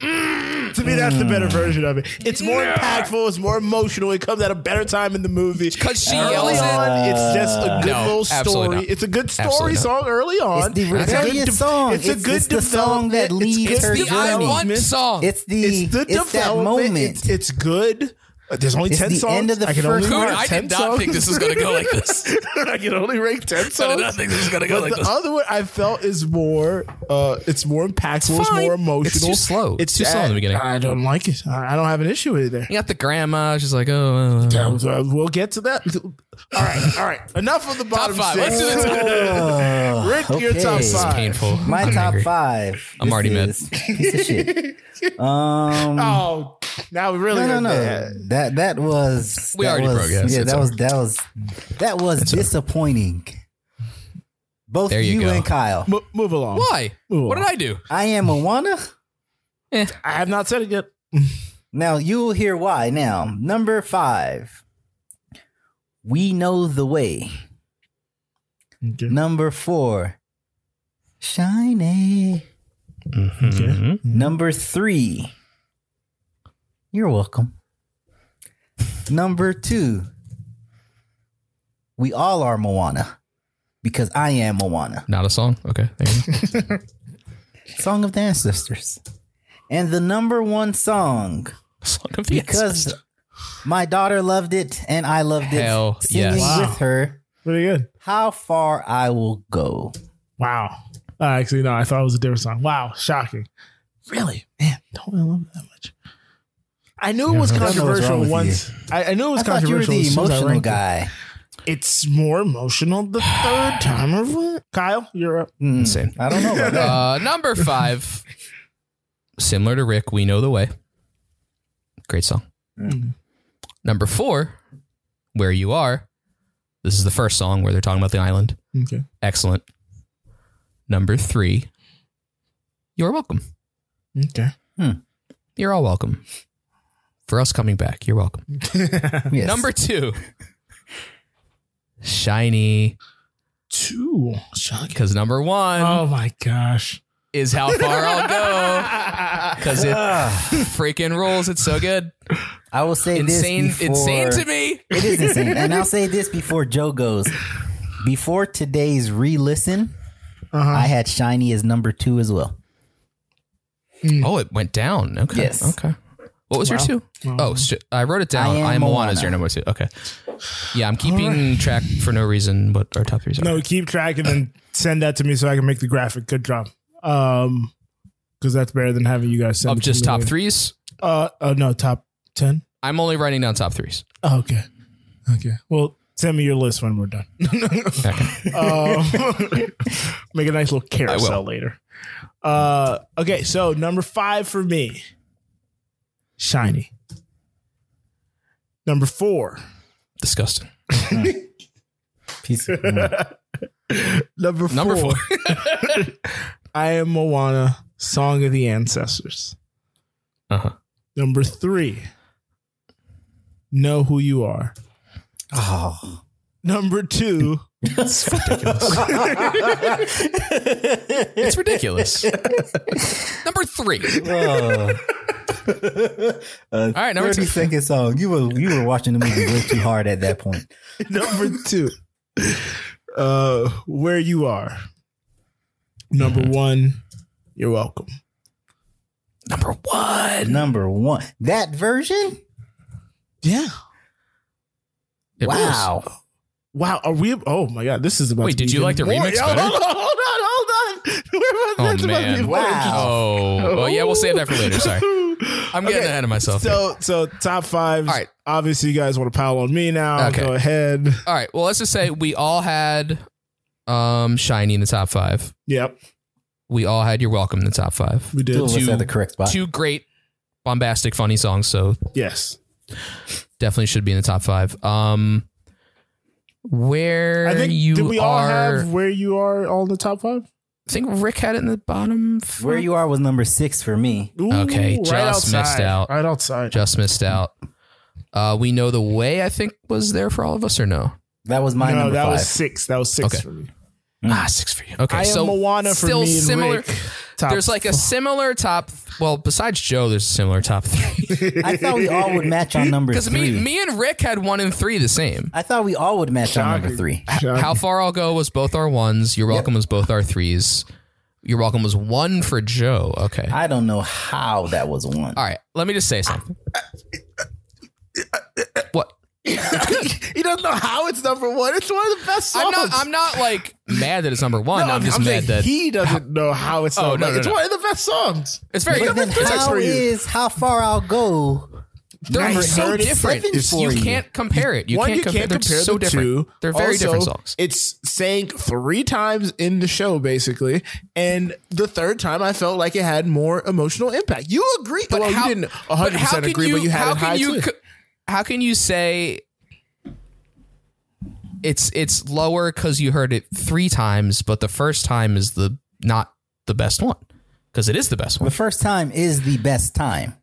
Speaker 1: Mm. To me, that's the better version of it. It's more impactful. It's more emotional. It comes at a better time in the movie.
Speaker 2: 'Cause she
Speaker 1: early
Speaker 2: yells it.
Speaker 1: on, it's just a good
Speaker 2: No,
Speaker 1: little
Speaker 2: absolutely
Speaker 1: story.
Speaker 2: not.
Speaker 1: It's a good story
Speaker 2: Absolutely not.
Speaker 1: song early on.
Speaker 3: It's the
Speaker 1: a good
Speaker 3: rebellious
Speaker 1: de-
Speaker 3: song.
Speaker 1: It's a
Speaker 3: It's-
Speaker 1: good
Speaker 3: it's the song that
Speaker 1: development. It's
Speaker 3: leads
Speaker 1: good
Speaker 3: her
Speaker 2: The I
Speaker 3: journey.
Speaker 2: want
Speaker 1: development.
Speaker 2: song.
Speaker 3: It's the
Speaker 1: It's
Speaker 3: it's,
Speaker 1: the
Speaker 3: that
Speaker 1: development.
Speaker 3: moment.
Speaker 1: It's, it's good. Uh, There's only
Speaker 3: It's
Speaker 1: ten
Speaker 3: the
Speaker 1: songs.
Speaker 3: end of the
Speaker 1: I can
Speaker 3: first
Speaker 1: only
Speaker 2: Dude,
Speaker 1: rank
Speaker 2: I
Speaker 1: 10
Speaker 2: did not think this was gonna go like this.
Speaker 1: songs. I can only rank ten songs.
Speaker 2: I did not think this was gonna go
Speaker 1: But
Speaker 2: like
Speaker 1: the
Speaker 2: this.
Speaker 1: other one I felt is more, uh, it's more impactful. It's,
Speaker 2: fine.
Speaker 1: more emotional.
Speaker 2: It's too slow. It's too slow in the
Speaker 1: sad.
Speaker 2: beginning.
Speaker 1: I don't like it. I I don't have an issue with it there.
Speaker 2: You got the grandma. She's like, oh, uh,
Speaker 1: Um, so We'll get to that. All right, all right. Enough of the bottom
Speaker 2: five.
Speaker 1: six.
Speaker 2: Let's do this.
Speaker 3: Ugh,
Speaker 1: Rick, your top
Speaker 3: Oh, okay.
Speaker 1: five.
Speaker 2: painful.
Speaker 3: My
Speaker 2: I'm
Speaker 3: top
Speaker 2: angry.
Speaker 3: five.
Speaker 2: I'm
Speaker 3: This
Speaker 2: already mad.
Speaker 3: is Piece of shit. Um,
Speaker 1: Oh, now we really
Speaker 3: no, no,
Speaker 1: went
Speaker 3: no.
Speaker 1: there.
Speaker 3: That that was
Speaker 2: We
Speaker 3: that
Speaker 2: already
Speaker 3: was,
Speaker 2: broke, yes,
Speaker 3: Yeah,
Speaker 2: it's
Speaker 3: that was, that was that was disappointing. Both
Speaker 2: There you
Speaker 3: you,
Speaker 2: go.
Speaker 3: and Kyle.
Speaker 1: Mo- move along.
Speaker 2: Why?
Speaker 1: Ooh.
Speaker 2: What did I do?
Speaker 3: I am Moana.
Speaker 1: I have not said it yet.
Speaker 3: Now you will hear why. Now number five. We know the way.
Speaker 2: Mm-hmm.
Speaker 3: Number four. Shiny. Number three. You're welcome. Number two. We all are Moana because I am Moana.
Speaker 2: Not a song. Okay. There you go.
Speaker 3: Song of the Ancestors. And the number one song
Speaker 2: song of the ancestors.
Speaker 3: because my daughter loved it and I loved
Speaker 2: Hell
Speaker 3: it. Singing
Speaker 2: yes. Wow.
Speaker 3: with her.
Speaker 1: Pretty good.
Speaker 3: How far I will go.
Speaker 1: Wow. Uh, actually, no, I thought it was a different song. Wow, shocking. Really? Man, don't really love it that much. I knew it was
Speaker 3: I don't know what's wrong
Speaker 1: controversial
Speaker 3: with
Speaker 1: once. I, I knew it was
Speaker 3: I thought you were
Speaker 1: controversial.
Speaker 3: the
Speaker 1: as soon as I
Speaker 3: emotional
Speaker 1: ranked it.
Speaker 3: guy.
Speaker 1: It's more emotional the third time around. Kyle, you're up.
Speaker 3: Mm,
Speaker 2: Insane.
Speaker 3: I don't know about that.
Speaker 2: Uh, number five, similar to Rick, we know the way. Great song. Number four, where you are. This is the first song where they're talking about the island.
Speaker 1: Okay.
Speaker 2: Excellent. Number three, You're welcome.
Speaker 1: Okay.
Speaker 2: You're all welcome. For us coming back, you're welcome.
Speaker 3: Yes.
Speaker 2: Number two, shiny.
Speaker 1: Two. Shocking.
Speaker 2: Because number one
Speaker 4: Oh my gosh.
Speaker 2: is how far I'll go. Because it freaking rules. It's so good.
Speaker 3: Ah, I will say
Speaker 2: Insane.
Speaker 3: this before,
Speaker 2: Insane to me.
Speaker 3: It is insane, and I'll say this before Joe goes. Before today's re-listen,
Speaker 1: Uh-huh.
Speaker 3: I had Shiny as number two as well.
Speaker 2: Oh, it went down. Okay.
Speaker 3: Yes.
Speaker 2: Okay. What was your two?
Speaker 1: Um,
Speaker 2: Oh, shit. I wrote it down.
Speaker 3: I
Speaker 2: I
Speaker 3: am
Speaker 2: am, Moana is
Speaker 3: Moana.
Speaker 2: your number two. Okay. Yeah, I'm keeping track for no reason what our top threes are.
Speaker 1: No, keep track and then send that to me so I can make the graphic. Good job. Um, because that's better than having you guys send
Speaker 2: of
Speaker 1: it to
Speaker 2: just
Speaker 1: me
Speaker 2: top
Speaker 1: later.
Speaker 2: threes.
Speaker 1: Uh, oh no, top ten.
Speaker 2: I'm only writing down top threes.
Speaker 1: Oh, okay, okay. Well, send me your list when we're done. um, make a nice little carousel later. Uh, okay, so number five for me, shiny. Number four,
Speaker 2: Disgusting.
Speaker 3: Piece of- mm.
Speaker 1: number four,
Speaker 2: Number four.
Speaker 1: I am Moana, Song of the Ancestors.
Speaker 2: uh huh.
Speaker 1: Number three, know who you are.
Speaker 3: oh.
Speaker 1: Number two,
Speaker 2: It's ridiculous. number three.
Speaker 3: oh. All
Speaker 2: right, number two.
Speaker 3: second song. You were you were watching the movie way too hard at that point.
Speaker 1: number two, uh, where you are. Number one, you're welcome.
Speaker 2: Number one.
Speaker 3: Number one, that version.
Speaker 1: Yeah.
Speaker 2: It rules.
Speaker 3: wow.
Speaker 1: Wow. Are we? Oh my God. This is about.
Speaker 2: Wait,
Speaker 1: to
Speaker 2: did
Speaker 1: be
Speaker 2: you like the
Speaker 1: even more-
Speaker 2: remix
Speaker 1: Yo,
Speaker 2: better?
Speaker 1: Hold on. Hold on. Hold on. We're about,
Speaker 2: Oh,
Speaker 1: that's about to be
Speaker 2: man.
Speaker 1: more
Speaker 3: Wow.
Speaker 2: Oh. Well, yeah, we'll save that for later. Sorry. I'm getting
Speaker 1: Okay,
Speaker 2: ahead of myself. here.
Speaker 1: So, so top five.
Speaker 2: All right.
Speaker 1: Obviously, you guys want to pile on me now.
Speaker 2: Okay.
Speaker 1: Go ahead.
Speaker 2: All right. Well, let's just say we all had um Shiny in the top five.
Speaker 1: Yep.
Speaker 2: We all had You're Welcome in the top five.
Speaker 1: We did.
Speaker 3: Two of us
Speaker 2: Two-
Speaker 3: at the correct spot.
Speaker 2: Two great, bombastic, funny songs. So
Speaker 1: Yes.
Speaker 2: definitely should be in the top five. Um, where
Speaker 1: I think.
Speaker 2: you
Speaker 1: did we
Speaker 2: are,
Speaker 1: all have where you are all in the top five?
Speaker 2: I think Rick had it in the bottom. f-
Speaker 3: Where you are was number six for me.
Speaker 1: Ooh,
Speaker 2: Okay, just
Speaker 1: outside.
Speaker 2: missed out.
Speaker 1: Right outside.
Speaker 2: Just missed out. Uh, we know the way. I think was there for all of us or no?
Speaker 3: That was my
Speaker 1: no,
Speaker 3: number
Speaker 1: that
Speaker 3: five.
Speaker 1: was six. That was six
Speaker 2: Okay.
Speaker 1: for me.
Speaker 2: Ah, six for you. Okay,
Speaker 1: I
Speaker 2: so
Speaker 1: am Moana for
Speaker 2: still
Speaker 1: me and
Speaker 2: similar.
Speaker 1: Rick. Top
Speaker 2: there's like a similar top. Well, besides Joe, there's a similar top three.
Speaker 3: I thought we all would match on number
Speaker 2: Because
Speaker 3: three.
Speaker 2: me, me and Rick had one and three the same.
Speaker 3: I thought we all would match on number three.
Speaker 2: How far I'll go was both our ones. Your welcome was both our threes. Your welcome was one for Joe. Okay.
Speaker 3: I don't know how that was one.
Speaker 2: All right. Let me just say something. What?
Speaker 1: He doesn't know how it's number one. It's one of the best songs.
Speaker 2: I'm not. I'm not like mad that it's number one. I'm just mad
Speaker 1: saying
Speaker 2: that
Speaker 1: he doesn't know how it's. Oh,
Speaker 2: no, no,
Speaker 1: it's
Speaker 2: no.
Speaker 1: one of the best songs.
Speaker 2: it's very.
Speaker 3: But then
Speaker 2: different.
Speaker 3: how
Speaker 1: for you.
Speaker 3: is how far I'll go?
Speaker 2: They're so
Speaker 3: 97
Speaker 2: different.
Speaker 3: is
Speaker 2: You
Speaker 3: for you.
Speaker 2: can't compare it. You
Speaker 1: one,
Speaker 2: can't
Speaker 1: you
Speaker 2: compare.
Speaker 1: can't compare
Speaker 2: they're so
Speaker 1: the
Speaker 2: different.
Speaker 1: two.
Speaker 2: They're very
Speaker 1: Also,
Speaker 2: different songs.
Speaker 1: It's sang three times in the show, basically, and the third time I felt like it had more emotional impact. You agree?
Speaker 2: But
Speaker 1: well,
Speaker 2: how-
Speaker 1: you didn't
Speaker 2: but
Speaker 1: 100
Speaker 2: how
Speaker 1: percent
Speaker 2: can
Speaker 1: agree, but you had
Speaker 2: how
Speaker 1: it
Speaker 2: can
Speaker 1: high
Speaker 2: you
Speaker 1: too.
Speaker 2: co- how can you say it's it's lower because you heard it three times, but the first time is the not the best one because it is the best
Speaker 3: The
Speaker 2: one.
Speaker 3: first time is the best time.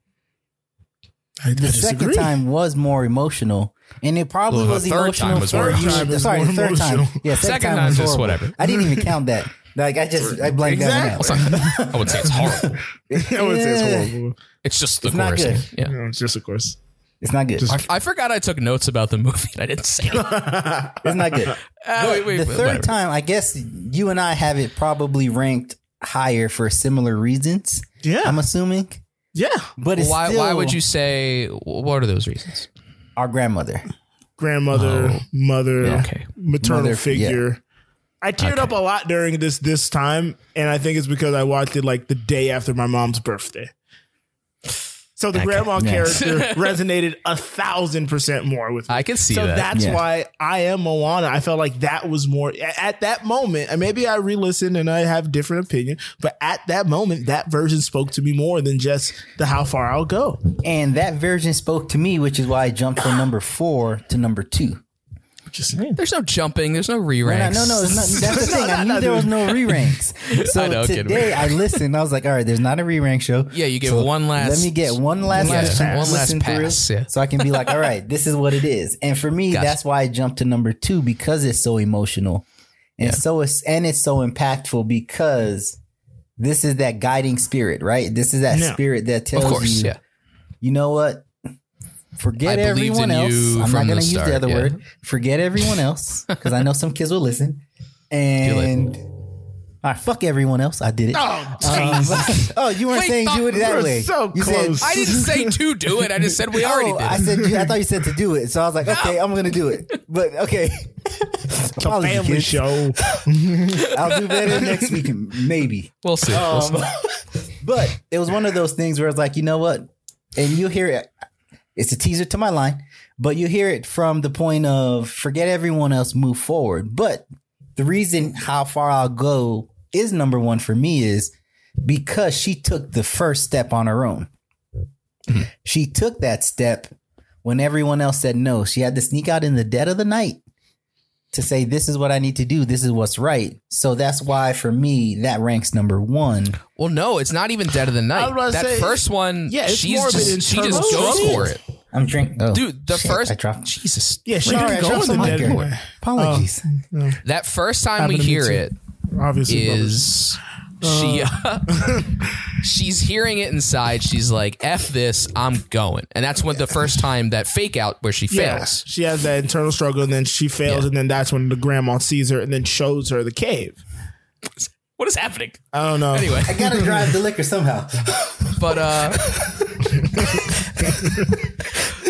Speaker 1: I
Speaker 3: The second time was more emotional, and it
Speaker 2: Well,
Speaker 3: probably
Speaker 2: the
Speaker 3: was
Speaker 2: third
Speaker 3: emotional
Speaker 2: time was
Speaker 3: for
Speaker 2: worse.
Speaker 3: you.
Speaker 1: Third time is
Speaker 3: Sorry,
Speaker 1: more
Speaker 3: the third time.
Speaker 1: emotional.
Speaker 3: Yeah, second,
Speaker 2: Second
Speaker 3: time
Speaker 2: time's
Speaker 3: was
Speaker 2: just
Speaker 3: horrible.
Speaker 2: whatever.
Speaker 3: I didn't even count that. Like I just I blanked that one out.
Speaker 2: I would say it's horrible.
Speaker 1: I would say
Speaker 3: Yeah.
Speaker 1: it's horrible.
Speaker 2: It's just the
Speaker 3: It's not
Speaker 2: chorus.
Speaker 3: good.
Speaker 2: Yeah.
Speaker 1: No, it's just of course.
Speaker 3: It's not good.
Speaker 2: I forgot I took notes about the movie and I didn't say it. Uh,
Speaker 3: It's not good.
Speaker 2: wait, wait,
Speaker 3: the
Speaker 2: wait,
Speaker 3: third
Speaker 2: whatever.
Speaker 3: time, I guess you and I have it probably ranked higher for similar reasons.
Speaker 1: Yeah.
Speaker 3: I'm assuming.
Speaker 1: Yeah,
Speaker 3: But it's
Speaker 2: Why, why
Speaker 3: still
Speaker 2: would you say, what are those reasons?
Speaker 3: Our grandmother.
Speaker 1: grandmother, mother,
Speaker 2: Oh. Okay.
Speaker 1: maternal
Speaker 3: Mother- yeah.
Speaker 1: figure. I teared up a lot during this this time, and I think it's because I watched it like the day after my mom's birthday. So the grandma
Speaker 3: Nice.
Speaker 1: character resonated a thousand percent more with me.
Speaker 2: I can see
Speaker 1: so
Speaker 2: that.
Speaker 1: that's
Speaker 3: Yeah.
Speaker 1: why I am Moana. I felt like that was more a- at that moment. And maybe I re-listened and I have different opinion, but at that moment, that version spoke to me more than just the how far I'll go.
Speaker 3: And that version spoke to me, which is why I jumped from number four to number two.
Speaker 4: Just saying.
Speaker 2: There's no jumping. There's no re
Speaker 3: No,
Speaker 2: ranks.
Speaker 3: no, no. It's not, that's the thing. I knew there was no re ranks. So
Speaker 2: I know, kidding me.
Speaker 3: today I listened. I was like, all right, there's not a re rank show.
Speaker 2: Yeah, you get
Speaker 3: So
Speaker 2: one last-
Speaker 3: Let me get one last
Speaker 2: Yeah,
Speaker 3: listen-
Speaker 2: one last
Speaker 3: listen through
Speaker 2: pass, yeah.
Speaker 3: So I can be like, all right, this is what it is. And for me,
Speaker 2: Gotcha.
Speaker 3: that's why I jumped to number two because it's so emotional. And so it's and it's so impactful because this is that guiding spirit, right? This is that
Speaker 1: Yeah.
Speaker 3: spirit
Speaker 2: Of
Speaker 3: that tells
Speaker 2: course,
Speaker 3: you,
Speaker 2: yeah.
Speaker 3: you know what?
Speaker 2: I
Speaker 3: Forget
Speaker 2: believed
Speaker 3: everyone
Speaker 2: in
Speaker 3: else.
Speaker 2: you
Speaker 3: I'm
Speaker 2: from
Speaker 3: not
Speaker 2: the
Speaker 3: going to use
Speaker 2: start,
Speaker 3: the other
Speaker 2: yeah.
Speaker 3: word. Forget everyone else because I know some kids will listen. And all right, fuck everyone else. I did it. Um,
Speaker 4: Oh,
Speaker 3: oh, you weren't
Speaker 2: Wait,
Speaker 3: saying do
Speaker 2: fuck,
Speaker 3: it that
Speaker 4: we're
Speaker 3: way.
Speaker 4: so
Speaker 3: you said-
Speaker 4: close.
Speaker 2: I didn't say to do it. I just said we
Speaker 3: Oh,
Speaker 2: already did.
Speaker 3: I
Speaker 2: it.
Speaker 3: said you- I thought you said to do it, so I was like, okay, I'm gonna do it. But okay,
Speaker 1: It's a
Speaker 3: Apologies,
Speaker 1: family
Speaker 3: kids.
Speaker 1: show.
Speaker 3: I'll do better next week, maybe.
Speaker 2: We'll see. We'll see.
Speaker 3: Um, but it was one of those things where it's like, you know what? And you hear it. It's a teaser to my line, but you hear it from the point of forget everyone else, move forward. But the reason how far I'll go is number one for me is because she took the first step on her own. she took that step when everyone else said no. She had to sneak out in the dead of the night to say, this is what I need to do. This is what's right. So that's why for me, that ranks number one.
Speaker 2: Well, no, it's not even dead of the
Speaker 4: was about
Speaker 2: night.
Speaker 4: to
Speaker 2: That
Speaker 4: say,
Speaker 2: first one,
Speaker 4: yeah, it's
Speaker 2: she's
Speaker 4: more of an
Speaker 2: just, she just
Speaker 4: internal
Speaker 2: goes
Speaker 4: struggle.
Speaker 2: for it,
Speaker 3: I'm drinking. Oh,
Speaker 2: dude. The
Speaker 3: shit,
Speaker 2: first
Speaker 3: I dropped.
Speaker 2: Jesus,
Speaker 1: Yeah, she
Speaker 3: Sorry, I
Speaker 1: can go
Speaker 3: dropped Oh,
Speaker 1: in the
Speaker 3: the mic
Speaker 1: dead
Speaker 3: here.
Speaker 1: anyway.
Speaker 3: Apologies.
Speaker 2: that first time
Speaker 1: Happened
Speaker 2: we
Speaker 1: to me
Speaker 2: hear
Speaker 1: too.
Speaker 2: it
Speaker 1: Obviously, brothers.
Speaker 2: is she she's hearing it inside. She's like, "F this, I'm going," and that's when the first time that fake out where she
Speaker 1: Yeah,
Speaker 2: fails.
Speaker 1: she has that internal struggle, and then she fails,
Speaker 2: Yeah.
Speaker 1: and then that's when the grandma sees her and then shows her the cave.
Speaker 2: What is happening?
Speaker 1: I don't know.
Speaker 2: Anyway,
Speaker 3: I gotta drive the liquor somehow.
Speaker 2: but uh,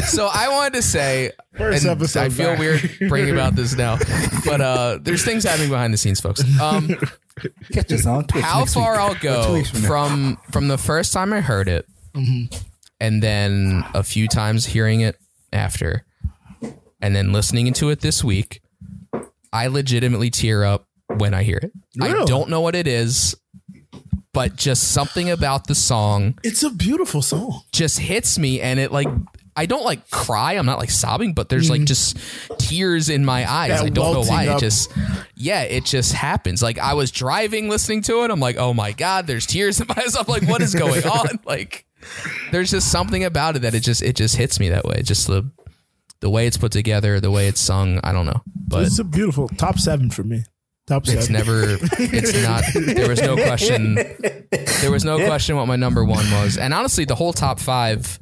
Speaker 2: so I wanted to say,
Speaker 1: First
Speaker 2: and
Speaker 1: episode
Speaker 2: I feel
Speaker 1: back.
Speaker 2: weird bringing about this now, but uh, there's things happening behind the scenes, folks. Um,
Speaker 3: Catch us on Twitch.
Speaker 2: how
Speaker 3: next
Speaker 2: far
Speaker 3: week.
Speaker 2: I'll
Speaker 3: two
Speaker 2: go
Speaker 3: weeks
Speaker 2: from,
Speaker 3: from now.
Speaker 2: from the first time I heard it, and then a few times hearing it after, and then listening to it this week, I legitimately tear up when I hear it. I
Speaker 1: Really?
Speaker 2: don't know what it is, but just something about the song
Speaker 1: It's a beautiful song.
Speaker 2: just hits me and it like I don't like cry. I'm not like sobbing, but there's like just tears in my eyes.
Speaker 1: Mm. That
Speaker 2: I don't know
Speaker 1: welting
Speaker 2: why.
Speaker 1: up.
Speaker 2: It just yeah, it just happens. Like I was driving listening to it. I'm like, oh my god, there's tears in my eyes. I'm like, what is going on? Like there's just something about it that it just it just hits me that way. Just the the way it's put together, the way it's sung. I don't know, but
Speaker 1: It's a beautiful top seven for me. Top seven.
Speaker 2: it's never it's not there was no question there was no question what my number one was and honestly the whole top five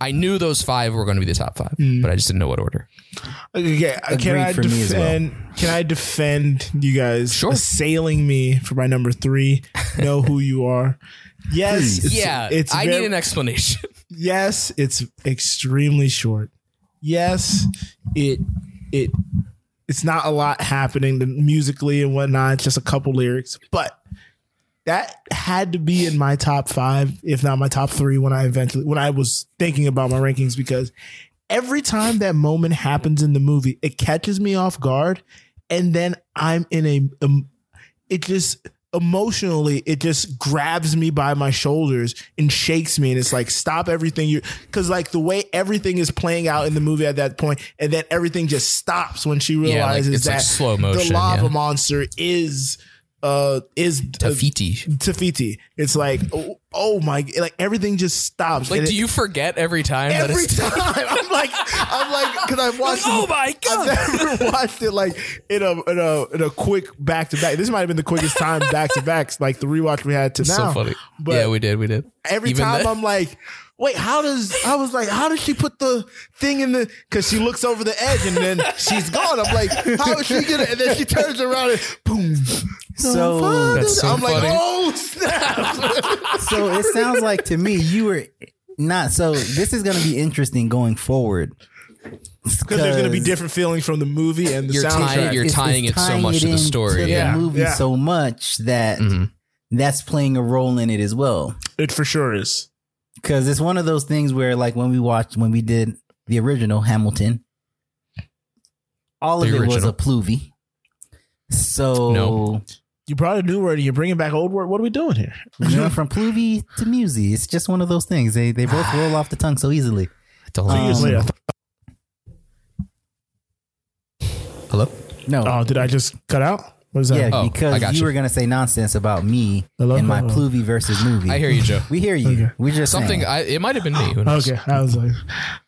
Speaker 2: i knew those five were going to be the top five
Speaker 1: Mm.
Speaker 2: but i just didn't know what order
Speaker 1: Okay, can I
Speaker 3: for me as well.
Speaker 1: defend? Can I defend you guys
Speaker 2: Sure.
Speaker 1: assailing me for my number three? know who you are. Yes, it's,
Speaker 2: yeah
Speaker 1: It's
Speaker 2: i
Speaker 1: very-
Speaker 2: need an explanation
Speaker 1: yes, it's extremely short. Yes, it it it's not a lot happening to- musically and whatnot. It's just a couple lyrics, but that had to be in my top five, if not my top three, when I eventually when I was thinking about my rankings because every time that moment happens in the movie, it catches me off guard, and then I'm in a um, it just emotionally it just grabs me by my shoulders and shakes me and it's like stop everything you because like the way everything is playing out in the movie at that point and then everything just stops when she
Speaker 2: like,
Speaker 1: realizes
Speaker 2: it's
Speaker 1: that
Speaker 2: like slow motion,
Speaker 1: the lava
Speaker 2: yeah.
Speaker 1: monster is uh is
Speaker 2: tafiti
Speaker 1: Tafiti. It's like oh, oh my like everything just stops
Speaker 2: like
Speaker 1: And
Speaker 2: do
Speaker 1: it-
Speaker 2: you forget every time that
Speaker 1: every
Speaker 2: it's-
Speaker 1: time I'm like I'm like because I've watched
Speaker 2: oh
Speaker 1: it-
Speaker 2: my god
Speaker 1: I've never watched it like in a in a in a quick back to back. This might have been the quickest time back to backs, like the rewatch we had to
Speaker 2: so
Speaker 1: now.
Speaker 2: funny
Speaker 1: But
Speaker 2: yeah we did we did
Speaker 1: every
Speaker 2: Even
Speaker 1: time
Speaker 2: the-
Speaker 1: I'm like, wait, how does I was like, how does she put the thing in the? Because she looks over the edge and then she's gone. I'm like, how is she gonna? And then she turns around and boom.
Speaker 3: So,
Speaker 2: That's so
Speaker 1: I'm like,
Speaker 2: funny.
Speaker 1: oh snap!
Speaker 3: so it sounds like to me you were not. So this is gonna be interesting going forward.
Speaker 1: Because there's gonna be
Speaker 3: different.
Speaker 1: different feelings from the movie and the
Speaker 2: You're
Speaker 1: soundtrack.
Speaker 2: tired, you're- tying it so much to the
Speaker 3: in
Speaker 2: story, Mm-hmm.
Speaker 3: to
Speaker 2: yeah.
Speaker 3: the movie
Speaker 1: Yeah.
Speaker 3: so much that that's playing a role in it as well.
Speaker 1: it for sure is.
Speaker 3: Because it's one of those things where, like, when we watched when we did the original Hamilton, all of
Speaker 2: The
Speaker 3: it was
Speaker 2: original.
Speaker 3: a pluvy. So
Speaker 2: No.
Speaker 1: You brought a new word. and You're bringing back old word. What are we doing here?
Speaker 3: you know, from pluvy to musy, it's just one of those things. They they both roll
Speaker 2: Oh.
Speaker 3: off the tongue so easily.
Speaker 2: Don't like
Speaker 3: Um,
Speaker 2: this.
Speaker 1: Seriously, I
Speaker 2: Hello?
Speaker 3: No.
Speaker 1: Oh, did I just cut out? What is that?
Speaker 3: yeah,
Speaker 2: Oh, I
Speaker 3: because
Speaker 2: got
Speaker 3: you,
Speaker 2: you.
Speaker 3: were gonna say nonsense about me
Speaker 1: Hello?
Speaker 3: and my
Speaker 1: Hello?
Speaker 3: Pluvy versus movie.
Speaker 2: I hear you, Joe.
Speaker 3: We hear you. We just
Speaker 2: Something
Speaker 3: saying.
Speaker 2: I, it might have been me. Who knows?
Speaker 1: Oh, Okay, I was like,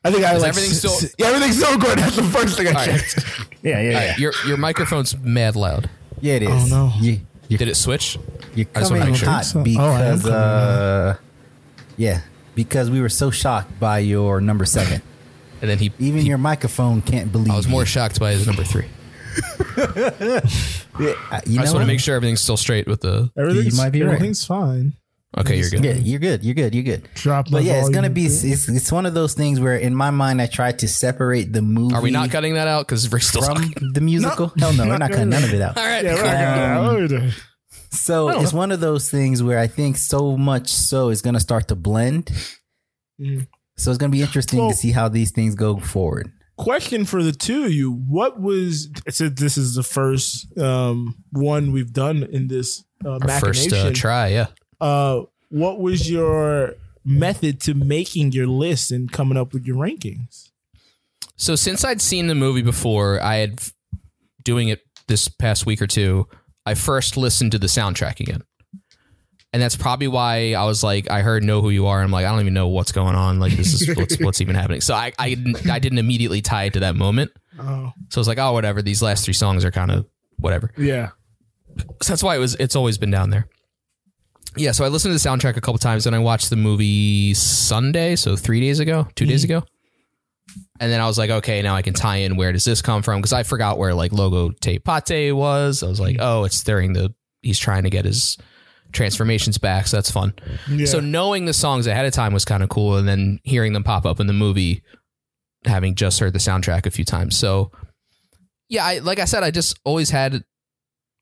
Speaker 1: I think I
Speaker 2: Is
Speaker 1: like
Speaker 2: everything
Speaker 1: s-
Speaker 2: still-
Speaker 1: s- yeah, everything's still good. That's the first thing I
Speaker 2: All right.
Speaker 1: checked. Yeah, yeah,
Speaker 2: All
Speaker 1: yeah.
Speaker 2: right, your your microphone's mad loud.
Speaker 3: yeah, it is.
Speaker 1: Oh, no.
Speaker 3: You, you're,
Speaker 2: Did it switch?
Speaker 3: you're
Speaker 2: I just wanna
Speaker 3: coming
Speaker 2: make sure.
Speaker 3: hot
Speaker 1: So- oh, I am
Speaker 3: because
Speaker 1: coming
Speaker 3: uh, yeah, because we were so shocked by your number seven.
Speaker 2: And then he.
Speaker 3: Even your microphone can't believe.
Speaker 2: I was more
Speaker 3: you.
Speaker 2: shocked by his number three.
Speaker 3: Uh, you
Speaker 2: I just
Speaker 3: know
Speaker 2: want to
Speaker 3: what?
Speaker 2: make sure everything's still straight with the.
Speaker 1: Everything's,
Speaker 3: You might be right.
Speaker 1: everything's fine.
Speaker 2: Okay, you're good.
Speaker 3: Yeah, you're good. You're good. You're good.
Speaker 1: Drop my
Speaker 3: but yeah, it's gonna
Speaker 1: volume
Speaker 3: be.
Speaker 1: a bit.
Speaker 3: It's, it's one of those things where, in my mind, I tried to separate the movie.
Speaker 2: Are we not cutting that out? Because Rick's still
Speaker 3: from
Speaker 2: talking.
Speaker 3: the musical? Hell no, we're not cutting none of it out.
Speaker 2: All right.
Speaker 1: Yeah, we're not gonna- we're not-
Speaker 3: So it's one of those things where I think so much so is going to start to blend. So it's going to be interesting
Speaker 1: Mm. Well-
Speaker 3: to see how these things go forward.
Speaker 1: Question for the two of you: What was? Since this is the first um, one we've done in this uh,
Speaker 2: Our first
Speaker 1: machination,
Speaker 2: uh, try, yeah.
Speaker 1: uh, what was your method to making your list and coming up with your rankings?
Speaker 2: So since I'd seen the movie before, I had doing it this past week or two. I first listened to the soundtrack again, and that's probably why I was like, I heard "Know Who You Are," and I'm like, I don't even know what's going on. Like this is what's, what's even happening. So I, I didn't- I didn't immediately tie it to that moment.
Speaker 1: Oh,
Speaker 2: So I was like, oh, whatever. These last three songs are kind of whatever.
Speaker 1: yeah.
Speaker 2: So that's why it was. It's always been down there. Yeah. So I listened to the soundtrack a couple times, and I watched the movie Sunday, so three days ago, 2 days ago. And then I was like, okay, now I can tie in. Where does this come from? Because I forgot where like logo Te Pate was. I was like, oh, it's during the he's trying to get his transformations back. So that's fun.
Speaker 1: Yeah.
Speaker 2: So knowing the songs ahead of time was kind of cool, and then hearing them pop up in the movie, having just heard the soundtrack a few times. So, yeah, I, like I said, I just always had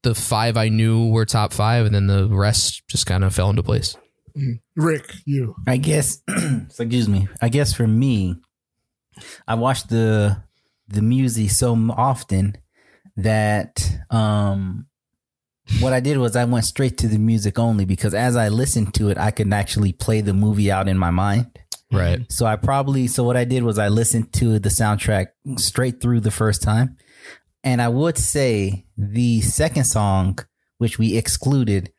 Speaker 2: the five I knew were top five, and then the rest just kind of fell into place.
Speaker 1: Rick, you.
Speaker 3: I guess. so excuse me. I guess for me, I watch the the music so m- often that um, what I did was I went straight to the music only because as I listened to it, I could actually play the movie out in my mind.
Speaker 2: Right.
Speaker 3: So I probably so what I did was I listened to the soundtrack straight through the first time. And I would say the second song, which we excluded,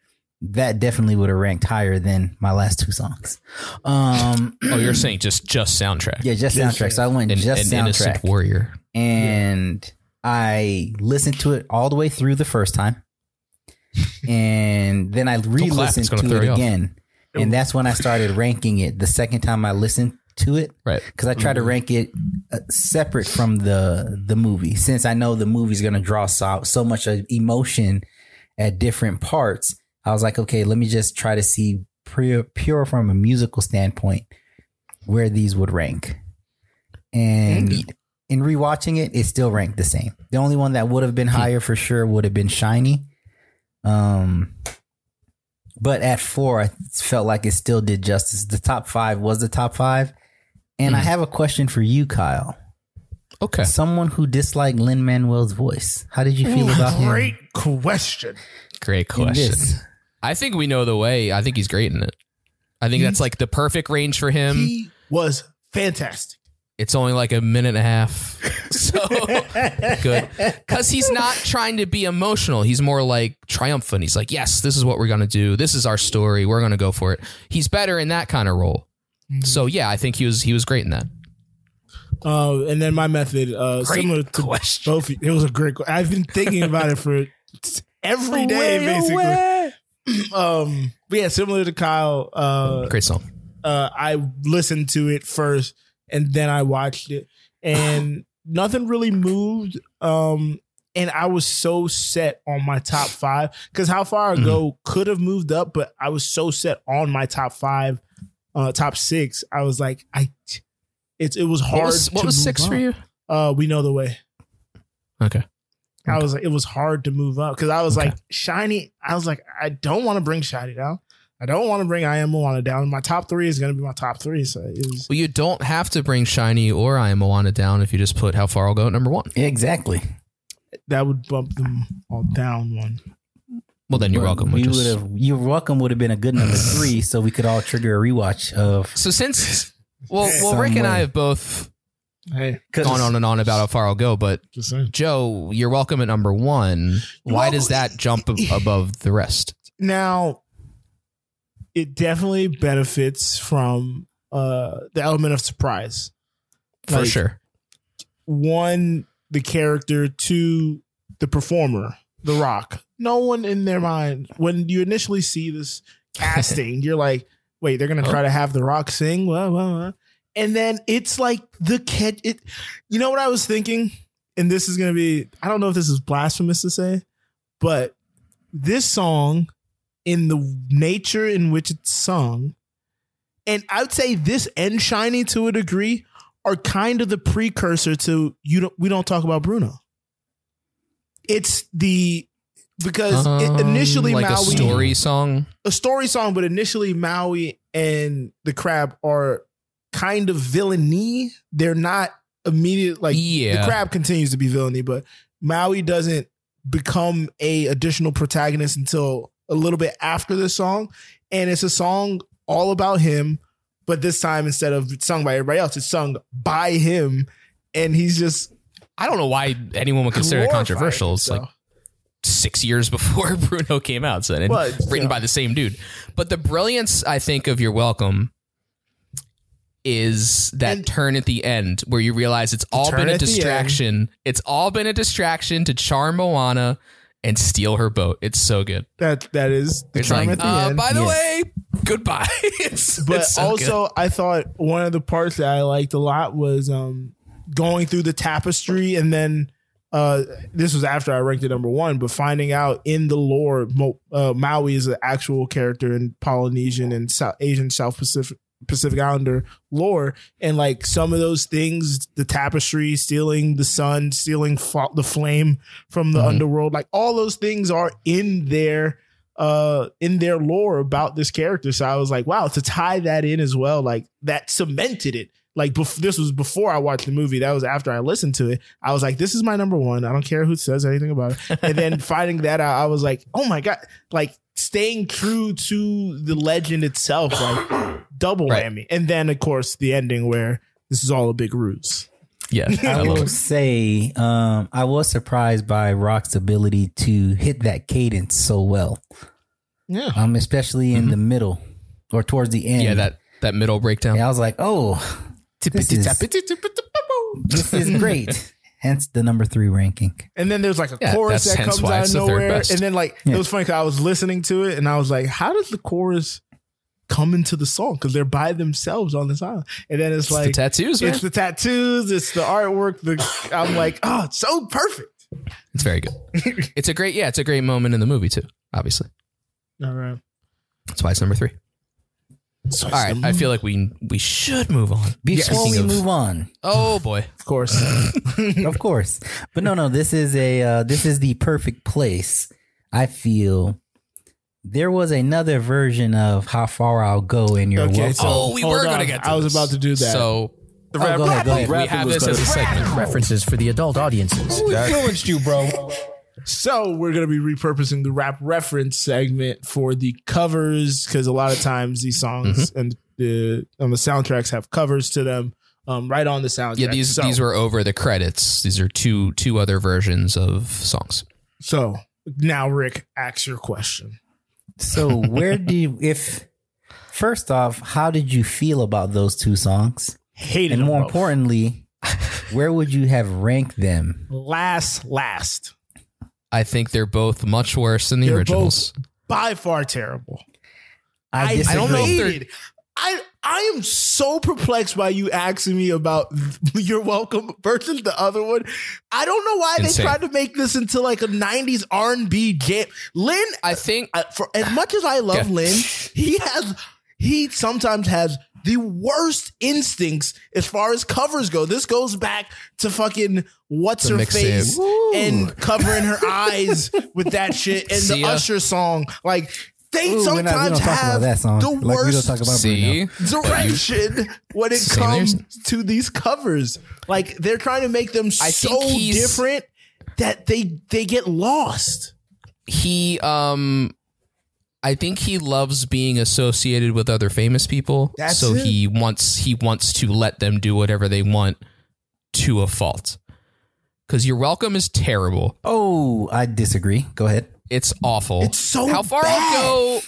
Speaker 3: that definitely would have ranked higher than my last two songs. Um
Speaker 2: Oh, you're saying just just soundtrack?
Speaker 3: yeah, just soundtrack. So I went
Speaker 2: And, and
Speaker 3: just soundtrack.
Speaker 2: Innocent Warrior.
Speaker 3: And I listened to it all the way through the first time. And then I re listened
Speaker 2: It's gonna
Speaker 3: to
Speaker 2: throw
Speaker 3: it
Speaker 2: you off.
Speaker 3: again. And that's when I started ranking it the second time I listened to it
Speaker 2: Right.
Speaker 3: because I try to rank it uh, separate from the the movie, since I know the movie's going to draw so, so much of emotion at different parts. I was like, okay, let me just try to see pure, pure from a musical standpoint where these would rank. And in rewatching it, it still ranked the same. The only one that would have been higher for sure would have been Shiny. Um, but at four, I felt like it still did justice. The top five was the top five. And I
Speaker 2: Mm.
Speaker 3: have a question for you, Kyle.
Speaker 2: Okay.
Speaker 3: Someone who disliked Lin Manuel's voice. How did you feel about him?
Speaker 4: Great question.
Speaker 2: Great
Speaker 3: in
Speaker 2: question.
Speaker 3: this?
Speaker 2: I think we know the way. I think he's great in it. I think that's like the perfect range for him.
Speaker 1: He was fantastic.
Speaker 2: it's only like a minute and a half. So good. Because he's not trying to be emotional. He's more like triumphant. He's like, yes, this is what we're going to do. This is our story. We're going to go for it. He's better in that kind of role. So yeah, I think he was he was great in that.
Speaker 1: Uh, and then my method, uh, similar to both. of you- It was a great. que- I've been thinking about it for every day, basically. um, but yeah, similar to Kyle, uh,
Speaker 2: Great song.
Speaker 1: uh, I listened to it first and then I watched it, and nothing really moved. Um, and I was so set on my top five because how far
Speaker 2: Mm-hmm.
Speaker 1: ago could have moved up, but I was so set on my top five, uh, top six. I was like, I. It's it was hard.
Speaker 2: What was, what
Speaker 1: to
Speaker 2: was
Speaker 1: move
Speaker 2: six
Speaker 1: up.
Speaker 2: for you?
Speaker 1: Uh, we know the way.
Speaker 2: Okay.
Speaker 1: I was like, it was hard to move up because I was like, shiny. I was like, I don't want to bring shiny down. I don't want to bring I am Moana down. My top three is gonna be my top three. So it was
Speaker 2: Well, you don't have to bring Shiny or I Am Moana down if you just put How Far I'll Go at number one.
Speaker 3: Exactly.
Speaker 1: that would bump them all down one.
Speaker 2: Well, then you're
Speaker 3: But
Speaker 2: welcome.
Speaker 3: We
Speaker 2: Which
Speaker 3: would
Speaker 2: is,
Speaker 3: have. Your welcome would have been a good number three, so we could all trigger a rewatch of.
Speaker 2: so since, well, well
Speaker 3: Some
Speaker 2: Rick and
Speaker 3: way.
Speaker 2: I have both
Speaker 4: Hey,
Speaker 2: gone on and on about how far I'll go, but
Speaker 4: just saying.
Speaker 2: Joe, you're welcome at number one. Why does that jump ab- above the rest?
Speaker 1: Now, it definitely benefits from uh, the element of surprise.
Speaker 2: For
Speaker 1: Like,
Speaker 2: sure.
Speaker 1: One, the character. Two, the performer, The Rock. No one in their mind, when you initially see this casting, you're like, wait, they're
Speaker 2: Oh.
Speaker 1: going to try to have The Rock sing? Whoa, whoa, whoa. And then it's like the catch. It, you know what I was thinking? And this is going to be, I don't know if this is blasphemous to say, but this song in the nature in which it's sung, and I would say this and Shiny to a degree are kind of the precursor to you don't we don't talk about Bruno. It's the because
Speaker 2: Um,
Speaker 1: it, initially
Speaker 2: like
Speaker 1: Maui
Speaker 2: a story song.
Speaker 1: a story song, but initially Maui and the crab are kind of villainy. They're not immediate like
Speaker 2: Yeah.
Speaker 1: the crab continues to be villainy, but Maui doesn't become a additional protagonist until a little bit after the song. And it's a song all about him, but this time instead of sung by everybody else, it's sung by him. And he's just
Speaker 2: I don't know why anyone would consider it
Speaker 1: glorifying
Speaker 2: controversial. It's like
Speaker 1: himself.
Speaker 2: six years before Bruno came out, son, and
Speaker 1: Well,
Speaker 2: written
Speaker 1: yeah.
Speaker 2: by the same dude. But the brilliance, I think, of your welcome is that
Speaker 1: And-
Speaker 2: turn at the end where you realize it's all
Speaker 1: turn
Speaker 2: been a
Speaker 1: at the end.
Speaker 2: distraction. It's all been a distraction to charm Moana and steal her boat. It's so good.
Speaker 1: that that is the
Speaker 2: It's
Speaker 1: charm at
Speaker 2: like,
Speaker 1: the
Speaker 2: uh,
Speaker 1: end.
Speaker 2: by the
Speaker 3: yes.
Speaker 2: way, goodbye. it's,
Speaker 1: but
Speaker 2: it's so good.
Speaker 1: also I thought one of the parts that I liked a lot was um going through the tapestry and then uh this was after I ranked it number one, but finding out in the lore Mo- uh, Maui is an actual character in Polynesian and South Asian South Pacific Pacific Islander lore and like some of those things the tapestry stealing the sun stealing fa- the flame from the
Speaker 2: Mhm.
Speaker 1: underworld like all those things are in their uh in their lore about this character so i was like wow to tie that in as well like that cemented it like bef- this was before i watched the movie that was after i listened to it i was like this is my number one i don't care who says anything about it and then finding that out i was like oh my god like staying true to the legend itself like double
Speaker 2: Right.
Speaker 1: whammy and then of course the ending where this is all a big ruse
Speaker 2: yeah, I
Speaker 3: I
Speaker 2: love
Speaker 3: will
Speaker 2: it.
Speaker 3: say, um, I was surprised by Rock's ability to hit that cadence so well,
Speaker 1: yeah
Speaker 3: um, especially in the middle or towards the end.
Speaker 2: yeah that that middle breakdown.
Speaker 3: Yeah, I was like, oh, this is, this is great. Hence the number three ranking.
Speaker 1: And then there's like a
Speaker 2: Yeah,
Speaker 1: chorus
Speaker 2: that's
Speaker 1: that
Speaker 2: hence
Speaker 1: comes
Speaker 2: why
Speaker 1: out
Speaker 2: it's
Speaker 1: of
Speaker 2: the third
Speaker 1: nowhere. And
Speaker 2: best.
Speaker 1: then like it was funny because I was listening to it and I was like, how does the chorus come into the song? Because they're by themselves on this island. And then it's,
Speaker 2: It's
Speaker 1: like
Speaker 2: the tattoos, man.
Speaker 1: it's the tattoos, it's the artwork. The I'm like, oh, it's so perfect.
Speaker 2: It's very good. it's a great, yeah, it's a great moment in the movie too. Obviously,
Speaker 1: All right.
Speaker 2: that's why it's number three. All right, I feel like we we should move on.
Speaker 3: Before we
Speaker 2: Speaking of-
Speaker 3: move on,
Speaker 2: Oh boy,
Speaker 1: Of course.
Speaker 3: of course. But no, no, this is a uh, this is the perfect place. I feel there was another version of how far I'll go in your
Speaker 1: Okay,
Speaker 3: welcome.
Speaker 1: so
Speaker 2: Oh, we
Speaker 1: hold
Speaker 2: were
Speaker 1: on.
Speaker 2: gonna get. To
Speaker 1: I was
Speaker 2: this.
Speaker 1: about to do that.
Speaker 2: So
Speaker 1: the
Speaker 3: Oh,
Speaker 1: rap-
Speaker 3: go ahead, go ahead.
Speaker 2: we have this as a segment.
Speaker 9: References for the adult audiences.
Speaker 7: influenced you, bro?
Speaker 1: So we're gonna be repurposing the rap reference segment for the covers because a lot of times these songs
Speaker 2: Mm-hmm.
Speaker 1: and the on the soundtracks have covers to them, um, right on the soundtrack.
Speaker 2: Yeah, these
Speaker 1: So-
Speaker 2: these were over the credits. These are two two other versions of songs.
Speaker 1: So now Rick, ask your question.
Speaker 3: So where do you, if first off, how did you feel about those two songs?
Speaker 1: Hated
Speaker 3: And
Speaker 1: them
Speaker 3: more
Speaker 1: both.
Speaker 3: importantly, where would you have ranked them?
Speaker 1: last, last,
Speaker 2: I think they're both much worse than the
Speaker 1: They're
Speaker 2: originals.
Speaker 1: by far terrible.
Speaker 3: I
Speaker 1: I, I
Speaker 3: disagree.
Speaker 1: don't know. If
Speaker 2: they're-
Speaker 1: they're- I I am so perplexed by you asking me about your welcome versus the other one. I don't know why
Speaker 2: Insane.
Speaker 1: they tried to make this into like a '90s R&B jam. Lynn,
Speaker 2: I think
Speaker 1: I, for as much as I love
Speaker 2: Yeah.
Speaker 1: Lynn, he has he sometimes has the worst instincts as far as covers go. This goes back to fucking what's
Speaker 2: The
Speaker 1: her
Speaker 2: mixtape.
Speaker 1: face and covering her eyes with that shit and
Speaker 2: See
Speaker 1: the
Speaker 2: ya.
Speaker 1: Usher song. Like they
Speaker 3: Ooh, we're not- we
Speaker 1: sometimes
Speaker 3: don't talk
Speaker 1: have
Speaker 3: about that song.
Speaker 1: the
Speaker 3: Like, we don't
Speaker 1: worst
Speaker 3: talk about
Speaker 2: see
Speaker 3: Bruno.
Speaker 1: direction when it
Speaker 2: Same
Speaker 1: comes
Speaker 2: reason.
Speaker 1: to these covers. Like they're trying to make them
Speaker 2: I
Speaker 1: so
Speaker 2: think he's-
Speaker 1: different that they they get lost.
Speaker 2: he um I think he loves being associated with other famous people.
Speaker 1: That's
Speaker 2: so
Speaker 1: it.
Speaker 2: he wants he wants to let them do whatever they want to a fault because your welcome is terrible.
Speaker 3: Oh, I disagree. Go ahead.
Speaker 2: It's awful. It's
Speaker 7: so
Speaker 2: how far
Speaker 7: bad. Mm.
Speaker 2: I'll go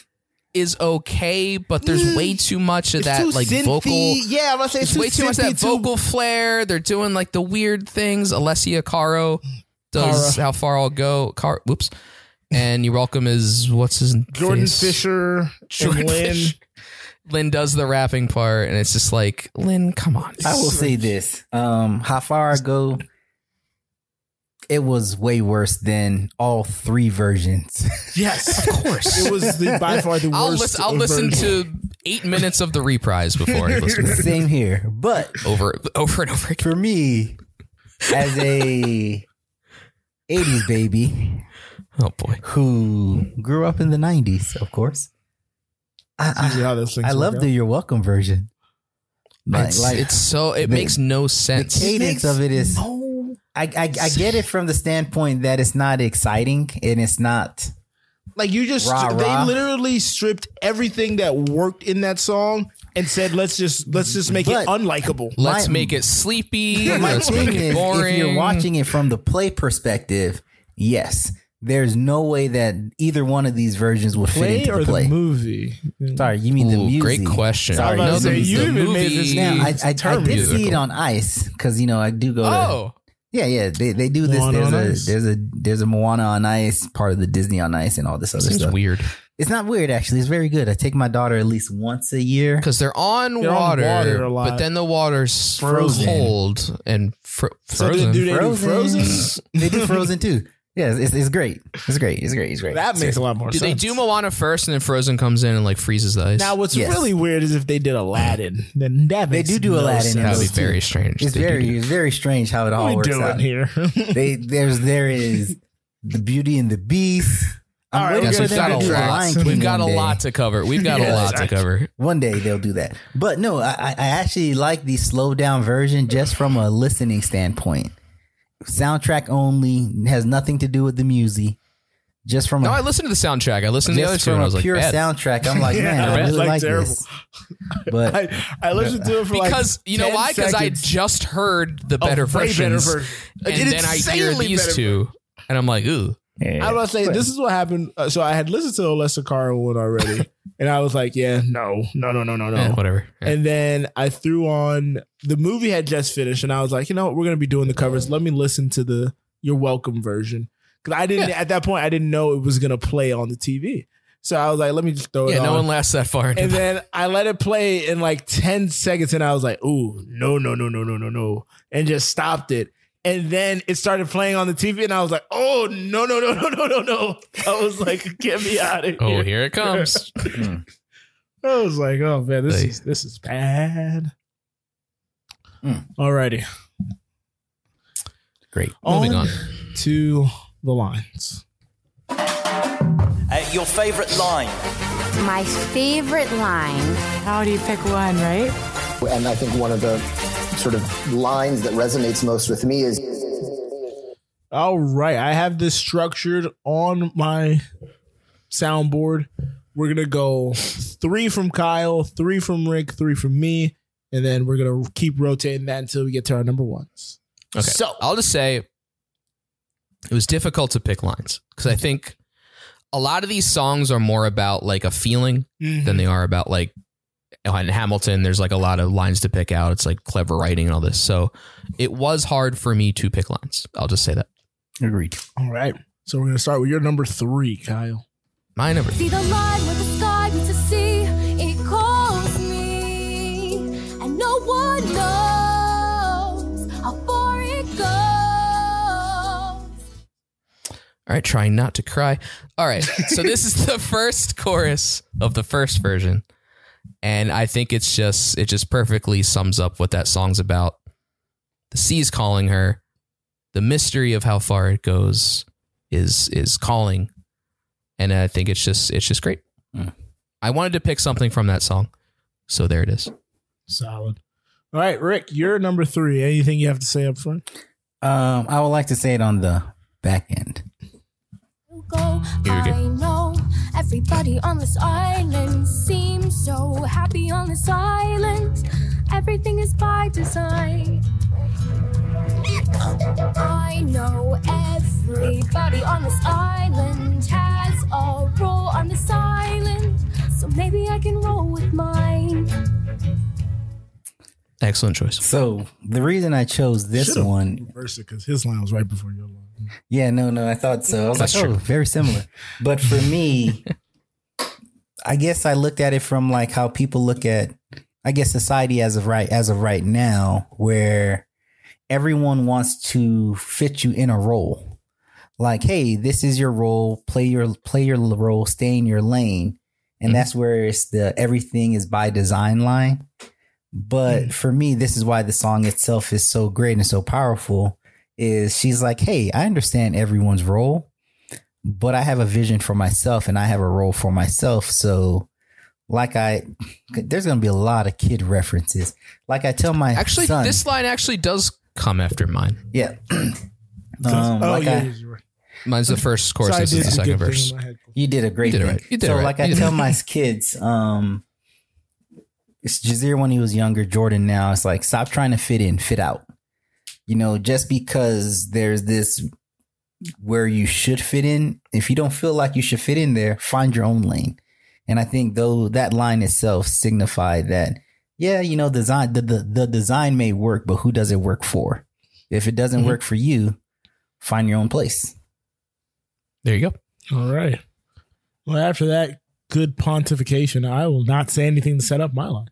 Speaker 2: is okay, but there's way too much of that
Speaker 7: too
Speaker 2: like
Speaker 7: synthy.
Speaker 2: vocal.
Speaker 7: Yeah, I'm gonna say it's,
Speaker 2: It's way too much of that
Speaker 7: synthy, too-
Speaker 2: vocal flair. They're doing like the weird things. Alessia Caro does how far I'll go. Car, whoops. And your welcome is what's his
Speaker 4: Jordan
Speaker 2: face?
Speaker 4: Fisher,
Speaker 2: Jordan
Speaker 4: and Lynn.
Speaker 2: Fisher. Lynn does the rapping part, and it's just like Lynn, come on.
Speaker 3: I will say this. Um, how far I go, it was way worse than all three versions.
Speaker 1: Yes, of course. it was the, by far the worst.
Speaker 2: I'll listen. I'll
Speaker 1: of
Speaker 2: listen
Speaker 1: versions.
Speaker 2: to eight minutes of the reprise before I listen to it
Speaker 3: Same here. But
Speaker 2: over, over and over again.
Speaker 3: for me, as a 80s baby
Speaker 2: Oh boy.
Speaker 3: who grew up in the 90s, of course,
Speaker 1: Usually
Speaker 3: I,
Speaker 1: how those
Speaker 3: I,
Speaker 1: things
Speaker 3: I
Speaker 1: work
Speaker 3: love
Speaker 1: out.
Speaker 3: the You're Welcome version. Like,
Speaker 2: It's,
Speaker 3: like,
Speaker 2: it's so it
Speaker 3: the-
Speaker 2: makes no sense.
Speaker 3: The cadence of it is.
Speaker 10: Oh,
Speaker 3: I, I I get it from the standpoint that it's not exciting and it's not.
Speaker 7: Like you just,
Speaker 3: Rah,
Speaker 7: they
Speaker 3: rah.
Speaker 7: literally stripped everything that worked in that song and said, let's just, let's just make
Speaker 3: But-
Speaker 7: it unlikable.
Speaker 2: Let's
Speaker 3: my-
Speaker 2: make it sleepy.
Speaker 3: My
Speaker 2: Let's
Speaker 3: thing
Speaker 2: make it
Speaker 3: is,
Speaker 2: boring.
Speaker 3: if you're watching it from the play perspective, yes, there's no way that either one of these versions will fit
Speaker 1: play
Speaker 3: into
Speaker 1: or
Speaker 3: the play.
Speaker 1: the movie.
Speaker 3: Sorry, you mean the
Speaker 2: Ooh,
Speaker 3: music?
Speaker 2: great question.
Speaker 3: Sorry,
Speaker 1: I
Speaker 3: no,
Speaker 1: was about to
Speaker 3: the,
Speaker 1: say, you
Speaker 3: the-
Speaker 1: even made this
Speaker 3: now, I, I, I
Speaker 2: term
Speaker 3: did see it
Speaker 2: musical.
Speaker 3: on ice because you know I do go. to-
Speaker 2: Oh,
Speaker 3: yeah, yeah, they, they do this.
Speaker 1: Moana
Speaker 3: There's
Speaker 1: on
Speaker 3: a
Speaker 1: Ice.
Speaker 3: there's a there's a Moana on ice part of the Disney on ice and all this other
Speaker 2: seems
Speaker 3: stuff.
Speaker 2: weird
Speaker 3: It's not weird actually. It's very good. I take my daughter at least once a year.
Speaker 2: because they're on
Speaker 1: They're on
Speaker 2: water,
Speaker 1: water a lot.
Speaker 2: but then the water's
Speaker 3: Frozen.
Speaker 2: cold and fro-
Speaker 1: So
Speaker 2: frozen.
Speaker 1: did, do they
Speaker 3: Frozen.
Speaker 1: do Frozen?
Speaker 3: they do Frozen too. Yeah, it's, it's great. It's great. It's great. It's great.
Speaker 7: That
Speaker 3: It's
Speaker 7: makes a
Speaker 3: great.
Speaker 7: lot more
Speaker 2: Do they
Speaker 7: sense.
Speaker 2: do Moana first and then Frozen comes in and like freezes the ice?
Speaker 7: Now, what's
Speaker 3: Yes.
Speaker 7: really weird is if they did Aladdin, then that
Speaker 3: They
Speaker 7: makes
Speaker 3: do do
Speaker 7: no
Speaker 3: Aladdin in
Speaker 7: sense.
Speaker 2: that would be
Speaker 3: those two.
Speaker 2: very strange.
Speaker 3: It's
Speaker 2: They do
Speaker 3: very
Speaker 2: that.
Speaker 3: it's very strange how it all
Speaker 7: What are we
Speaker 3: works
Speaker 7: doing
Speaker 3: out.
Speaker 7: here?
Speaker 3: They there's there is the Beauty and the Beast. I'm
Speaker 7: All right,
Speaker 3: waiting
Speaker 2: Yes,
Speaker 7: we're
Speaker 3: for
Speaker 2: we've
Speaker 7: gonna
Speaker 2: got a
Speaker 3: them to do the Lion
Speaker 2: lot.
Speaker 3: King.
Speaker 2: We've got a
Speaker 3: one day.
Speaker 2: lot to cover. We've got a
Speaker 7: Yeah,
Speaker 2: lot to
Speaker 7: exactly.
Speaker 2: cover.
Speaker 3: One day they'll do that. But no, I, I I actually like the slowed down version just from a listening standpoint. Soundtrack only has nothing to do with the music. Just from
Speaker 2: No,
Speaker 3: a,
Speaker 2: I listened to the soundtrack. I listened to the other
Speaker 3: just
Speaker 2: two
Speaker 3: from
Speaker 2: and I
Speaker 3: a
Speaker 2: was like,
Speaker 3: pure
Speaker 2: bad.
Speaker 3: soundtrack, I'm like, man, I
Speaker 1: bad.
Speaker 3: really
Speaker 1: Like,
Speaker 3: like
Speaker 1: terrible.
Speaker 3: this. But
Speaker 1: I, I listened to it for like
Speaker 2: because you know
Speaker 1: 10
Speaker 2: why? Because I
Speaker 1: seconds.
Speaker 2: just heard the better
Speaker 1: Oh, way
Speaker 2: versions,
Speaker 1: better version.
Speaker 2: and
Speaker 7: An
Speaker 2: then I hear
Speaker 7: insanely
Speaker 2: these
Speaker 7: better
Speaker 2: two, and I'm like, ooh,
Speaker 1: I was about to say this is what happened. Uh, so I had listened to Alessa Caro one already, and I was like, yeah, no, no, no, no, no, no.
Speaker 2: eh, whatever. Yeah.
Speaker 1: And then I threw on the movie had just finished, and I was like, you know what, we're gonna be doing the covers. Let me listen to the your welcome version because I didn't at that point I didn't know it was gonna play on the TV. So I was like, let me just throw it
Speaker 2: yeah,
Speaker 1: on.
Speaker 2: no one lasts that far.
Speaker 1: and then I let it play in like ten seconds, and I was like, "Ooh, no, no, no, no, no, no, no," and just stopped it. And then it started playing on the TV, and I was like, "Oh no, no, no, no, no, no, no!" I was like, "Get me out of
Speaker 2: oh,
Speaker 1: here!"
Speaker 2: here it comes.
Speaker 1: I was like, "Oh man, this
Speaker 2: They-
Speaker 1: is this is bad."
Speaker 2: Hmm.
Speaker 3: Mm.
Speaker 1: Alrighty,
Speaker 3: great.
Speaker 2: Moving on.
Speaker 1: to the lines.
Speaker 6: Uh, your favorite line.
Speaker 11: My favorite line.
Speaker 12: How do you pick one, right?
Speaker 13: And I think one of the sort of lines that resonates most with me is
Speaker 1: All right, I have this structured on my soundboard. We're gonna go three from Kyle, three from Rick, three from me, and then we're gonna keep rotating that until we get to our number ones.
Speaker 2: Okay, so I'll just say it was difficult to pick lines because I think a lot of these songs are more about like a feeling than they are about like oh, in Hamilton. There's like a lot of lines to pick out. It's like clever writing and all this. So it was hard for me to pick lines. I'll just say that.
Speaker 3: Agreed.
Speaker 1: All right, so we're gonna start with your number three, Kyle.
Speaker 2: My number.
Speaker 11: See the line where the sky meets the sea. It calls me, and no one knows how far it goes.
Speaker 2: All right, trying not to cry. All right, so this is the first chorus of the first version, and I think it's just it just perfectly sums up what that song's about. The sea's calling her. The mystery of how far it goes is is calling, and I think it's just it's just great.
Speaker 3: Mm.
Speaker 2: I wanted to pick something from that song, so there it is.
Speaker 1: Solid. All right, Rick, you're number three. Anything you have to say up front?
Speaker 3: Um, I would like to say it on the back end.
Speaker 11: You go.
Speaker 2: Here we go.
Speaker 11: I know everybody on this island seems so happy on this island. Everything is by design. know everybody on this island has a role on this island, so maybe I can roll with mine.
Speaker 2: Excellent choice.
Speaker 3: So the reason I chose this
Speaker 1: Should've
Speaker 3: one,
Speaker 1: reversed it because his line was right before your line.
Speaker 2: Um,
Speaker 3: yeah, no, no, I thought so. I was like, oh, very similar. But for me, I guess I looked at it from like how people look at, I guess society as of right as of right now, where everyone wants to fit you in a role. Like, hey, this is your role. Play your play your role. Stay in your lane, and
Speaker 2: Mm-hmm.
Speaker 3: that's where it's the everything is by design line. But
Speaker 2: Mm.
Speaker 3: for me, this is why the song itself is so great and so powerful. Is she's like, hey, I understand everyone's role, but I have a vision for myself and I have a role for myself. So, like I, there's gonna be a lot of kid references. Like I tell my
Speaker 2: Actually,
Speaker 3: son,
Speaker 2: this line actually does come after mine.
Speaker 3: yeah. um,
Speaker 2: Oh,
Speaker 3: like
Speaker 2: yeah,
Speaker 3: I,
Speaker 2: yeah, Mine's the first chorus.
Speaker 3: So I
Speaker 2: this
Speaker 3: did
Speaker 2: is the
Speaker 3: a
Speaker 2: second
Speaker 3: good thing
Speaker 2: verse.
Speaker 3: in my head. You did a great
Speaker 2: You did it
Speaker 3: thing.
Speaker 2: right. You did it
Speaker 3: so
Speaker 2: right.
Speaker 3: like
Speaker 2: You
Speaker 3: I
Speaker 2: did
Speaker 3: tell
Speaker 2: it
Speaker 3: my kids, um it's Jazeer when he was younger, Jordan now, it's like stop trying to fit in, fit out. You know, just because there's this where you should fit in, if you don't feel like you should fit in there, find your own lane. And I think though that line itself signified that, yeah, you know, design the the, the design may work, but who does it work for? If it doesn't
Speaker 2: Mm-hmm.
Speaker 1: Mhm.
Speaker 3: work for you, find your own place.
Speaker 2: There you go.
Speaker 1: All right. Well, after that good pontification, I will not say anything to set up my line.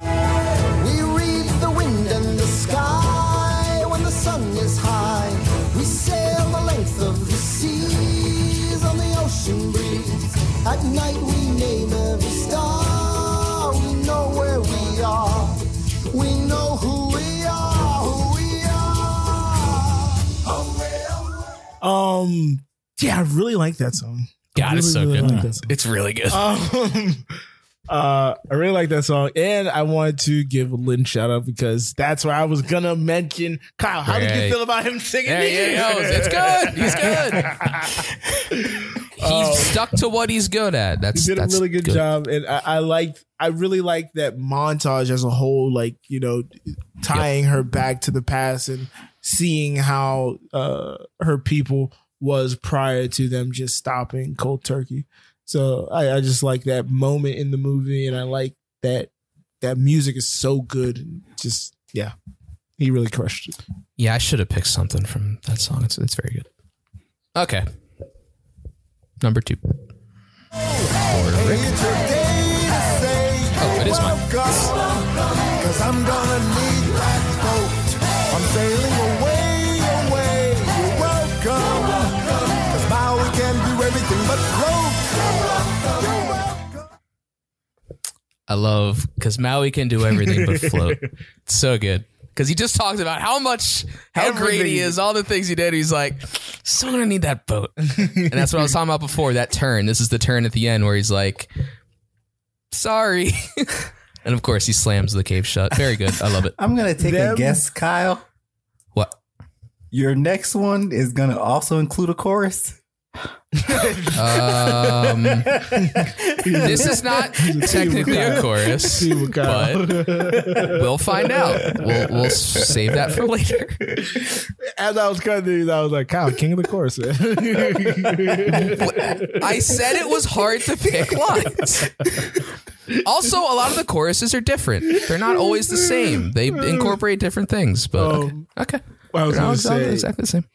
Speaker 10: We read the wind and the sky when the sun is high. We sail the length of the seas on the ocean breeze. At night we name every star. We know where we are. We know who we are. Who we are.
Speaker 1: Um, yeah, I really like that song.
Speaker 2: God,
Speaker 1: I
Speaker 2: it's so
Speaker 1: really, really
Speaker 2: good. Oh,
Speaker 1: like that song.
Speaker 2: it's really good.
Speaker 1: Um, uh, I really like that song, and I wanted to give a Lynn shout out because that's where I was gonna mention Kyle. How did
Speaker 2: Right.
Speaker 1: you feel about him singing?
Speaker 2: There he
Speaker 1: it?
Speaker 2: goes. oh, It's good. He's good. He's
Speaker 1: Oh.
Speaker 2: stuck to what he's good at. That's
Speaker 1: you did a
Speaker 2: that's
Speaker 1: really good, job, and I, I liked. I really liked that montage as a whole, like you know, tying her back to the past and seeing how uh, her people was prior to them just stopping cold turkey. So I, I just like that moment in the movie, and I like that that music is so good. And just yeah, he really crushed it.
Speaker 2: Yeah, I should have picked something from that song. It's it's very good. Okay, number two.
Speaker 10: It's your day to say
Speaker 2: Oh, it is mine.
Speaker 10: Cause I'm gonna need that boat. I'm sailing away, away. You're welcome. Cause now we can do everything but float. You're welcome.
Speaker 2: I love because Maui can do everything but float. It's so good because he just talks about how much how great he
Speaker 1: Everything.
Speaker 2: is, all the things he did. He's like, still gonna need that boat, and that's what I was talking about before. That turn. This is the turn at the end where he's like, sorry, and of course he slams the cave shut. Very good. I love it.
Speaker 3: I'm gonna take
Speaker 1: Them-
Speaker 3: a guess, Kyle.
Speaker 2: What?
Speaker 3: Your next one is gonna also include a chorus.
Speaker 2: Um, this is not technically a chorus, but we'll find out. We'll we'll save that for later.
Speaker 1: As I was cutting these, I was like, "Kyle, king of the chorus."
Speaker 2: I said it was hard to pick lines. Also, a lot of the choruses are different. They're not always the same. They incorporate different things, but okay.
Speaker 1: Um,
Speaker 2: okay.
Speaker 1: I was
Speaker 2: They're not
Speaker 1: going to say
Speaker 2: exactly- exactly the same.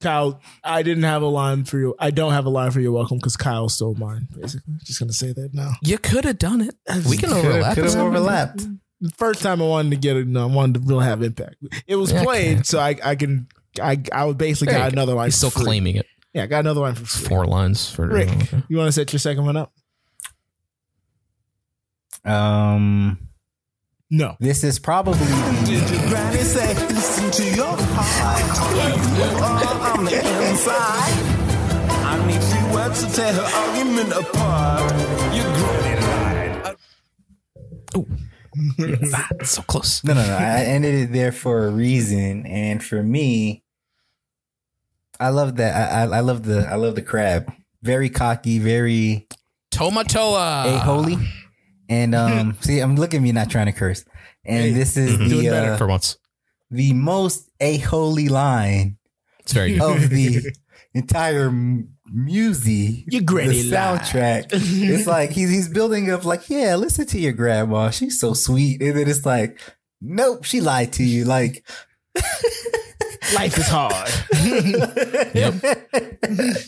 Speaker 1: Kyle, I didn't have a line for you. I don't have a line for your welcome because Kyle stole mine. Basically, just gonna say that now.
Speaker 2: You could have done it. We can overlap.
Speaker 3: Could
Speaker 2: It's
Speaker 3: have
Speaker 2: not-
Speaker 3: overlapped.
Speaker 1: The first time I wanted to get it, no, I wanted to really have impact. It was
Speaker 2: Yeah,
Speaker 1: played, so I I can I I would basically
Speaker 2: There
Speaker 1: got
Speaker 2: you go.
Speaker 1: another line.
Speaker 2: He's
Speaker 1: for
Speaker 2: still
Speaker 1: free.
Speaker 2: claiming it.
Speaker 1: Yeah, I got another line for free.
Speaker 2: Four lines for
Speaker 1: Rick, you want to set your second one up?
Speaker 3: Um,
Speaker 1: no.
Speaker 3: This is probably
Speaker 10: Did your granny say, listen to your heart? You are on the inside. I need three words to tear her argument apart. Your granny lied.
Speaker 2: so close.
Speaker 3: No, no, no. I ended it there for a reason, and for me, I love that. I, I, I love the. I love the crab. Very cocky. Very
Speaker 2: Tomatoa.
Speaker 3: a holy.
Speaker 2: Ah.
Speaker 3: And um, see, I'm looking at me not trying to curse. And this is the
Speaker 2: Doing Mm-hmm. better
Speaker 3: uh,
Speaker 2: for once.
Speaker 3: the most a holy line
Speaker 2: it's very good.
Speaker 3: of the entire m- music.
Speaker 7: Your granny
Speaker 3: the
Speaker 7: lied.
Speaker 3: soundtrack. it's like he's he's building up like, yeah, listen to your grandma. She's so sweet. And then it's like, nope, she lied to you. Like
Speaker 7: Life is hard.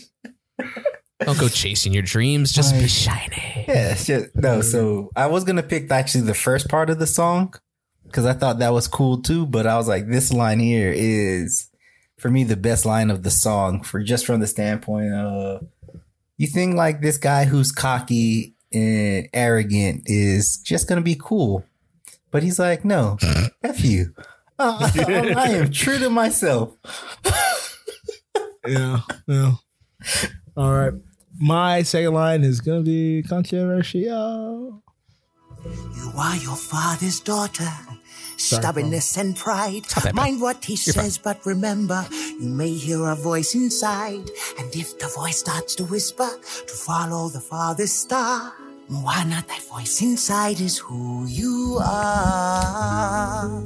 Speaker 2: Don't go chasing your dreams. Just be shiny.
Speaker 3: Yeah, it's just- no. So I was gonna pick actually the first part of the song because I thought that was cool too, but I was like, this line here is for me the best line of the song for just from the standpoint of you think like this guy who's cocky and arrogant is just gonna be cool, but he's like, no, f you. Uh, I am true to myself.
Speaker 1: Yeah, yeah. All right. My second line is going to be controversial.
Speaker 10: You are your father's daughter.
Speaker 1: Sorry,
Speaker 10: Stubbornness and pride.
Speaker 1: that bad.
Speaker 10: Mind what he
Speaker 1: You're
Speaker 10: says, but remember, you may hear a voice inside. And if the voice starts to whisper, to follow the father's star, why not that voice inside is who you are?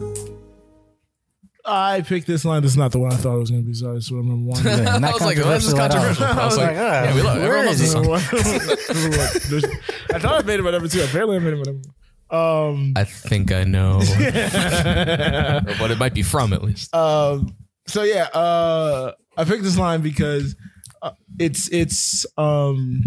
Speaker 1: I picked this line. This is not the one I thought it was going to be. So I swear, number one.
Speaker 2: I was like, oh, this is controversial. I was like,
Speaker 1: ah,
Speaker 2: yeah, we love it. Everyone loves this song.
Speaker 1: I thought I made it my number two. Apparently, I made it my number one. Um,
Speaker 2: I think I know. Or what it might be from, at least.
Speaker 1: Um, so yeah, uh, I picked this line because uh, it's it's um,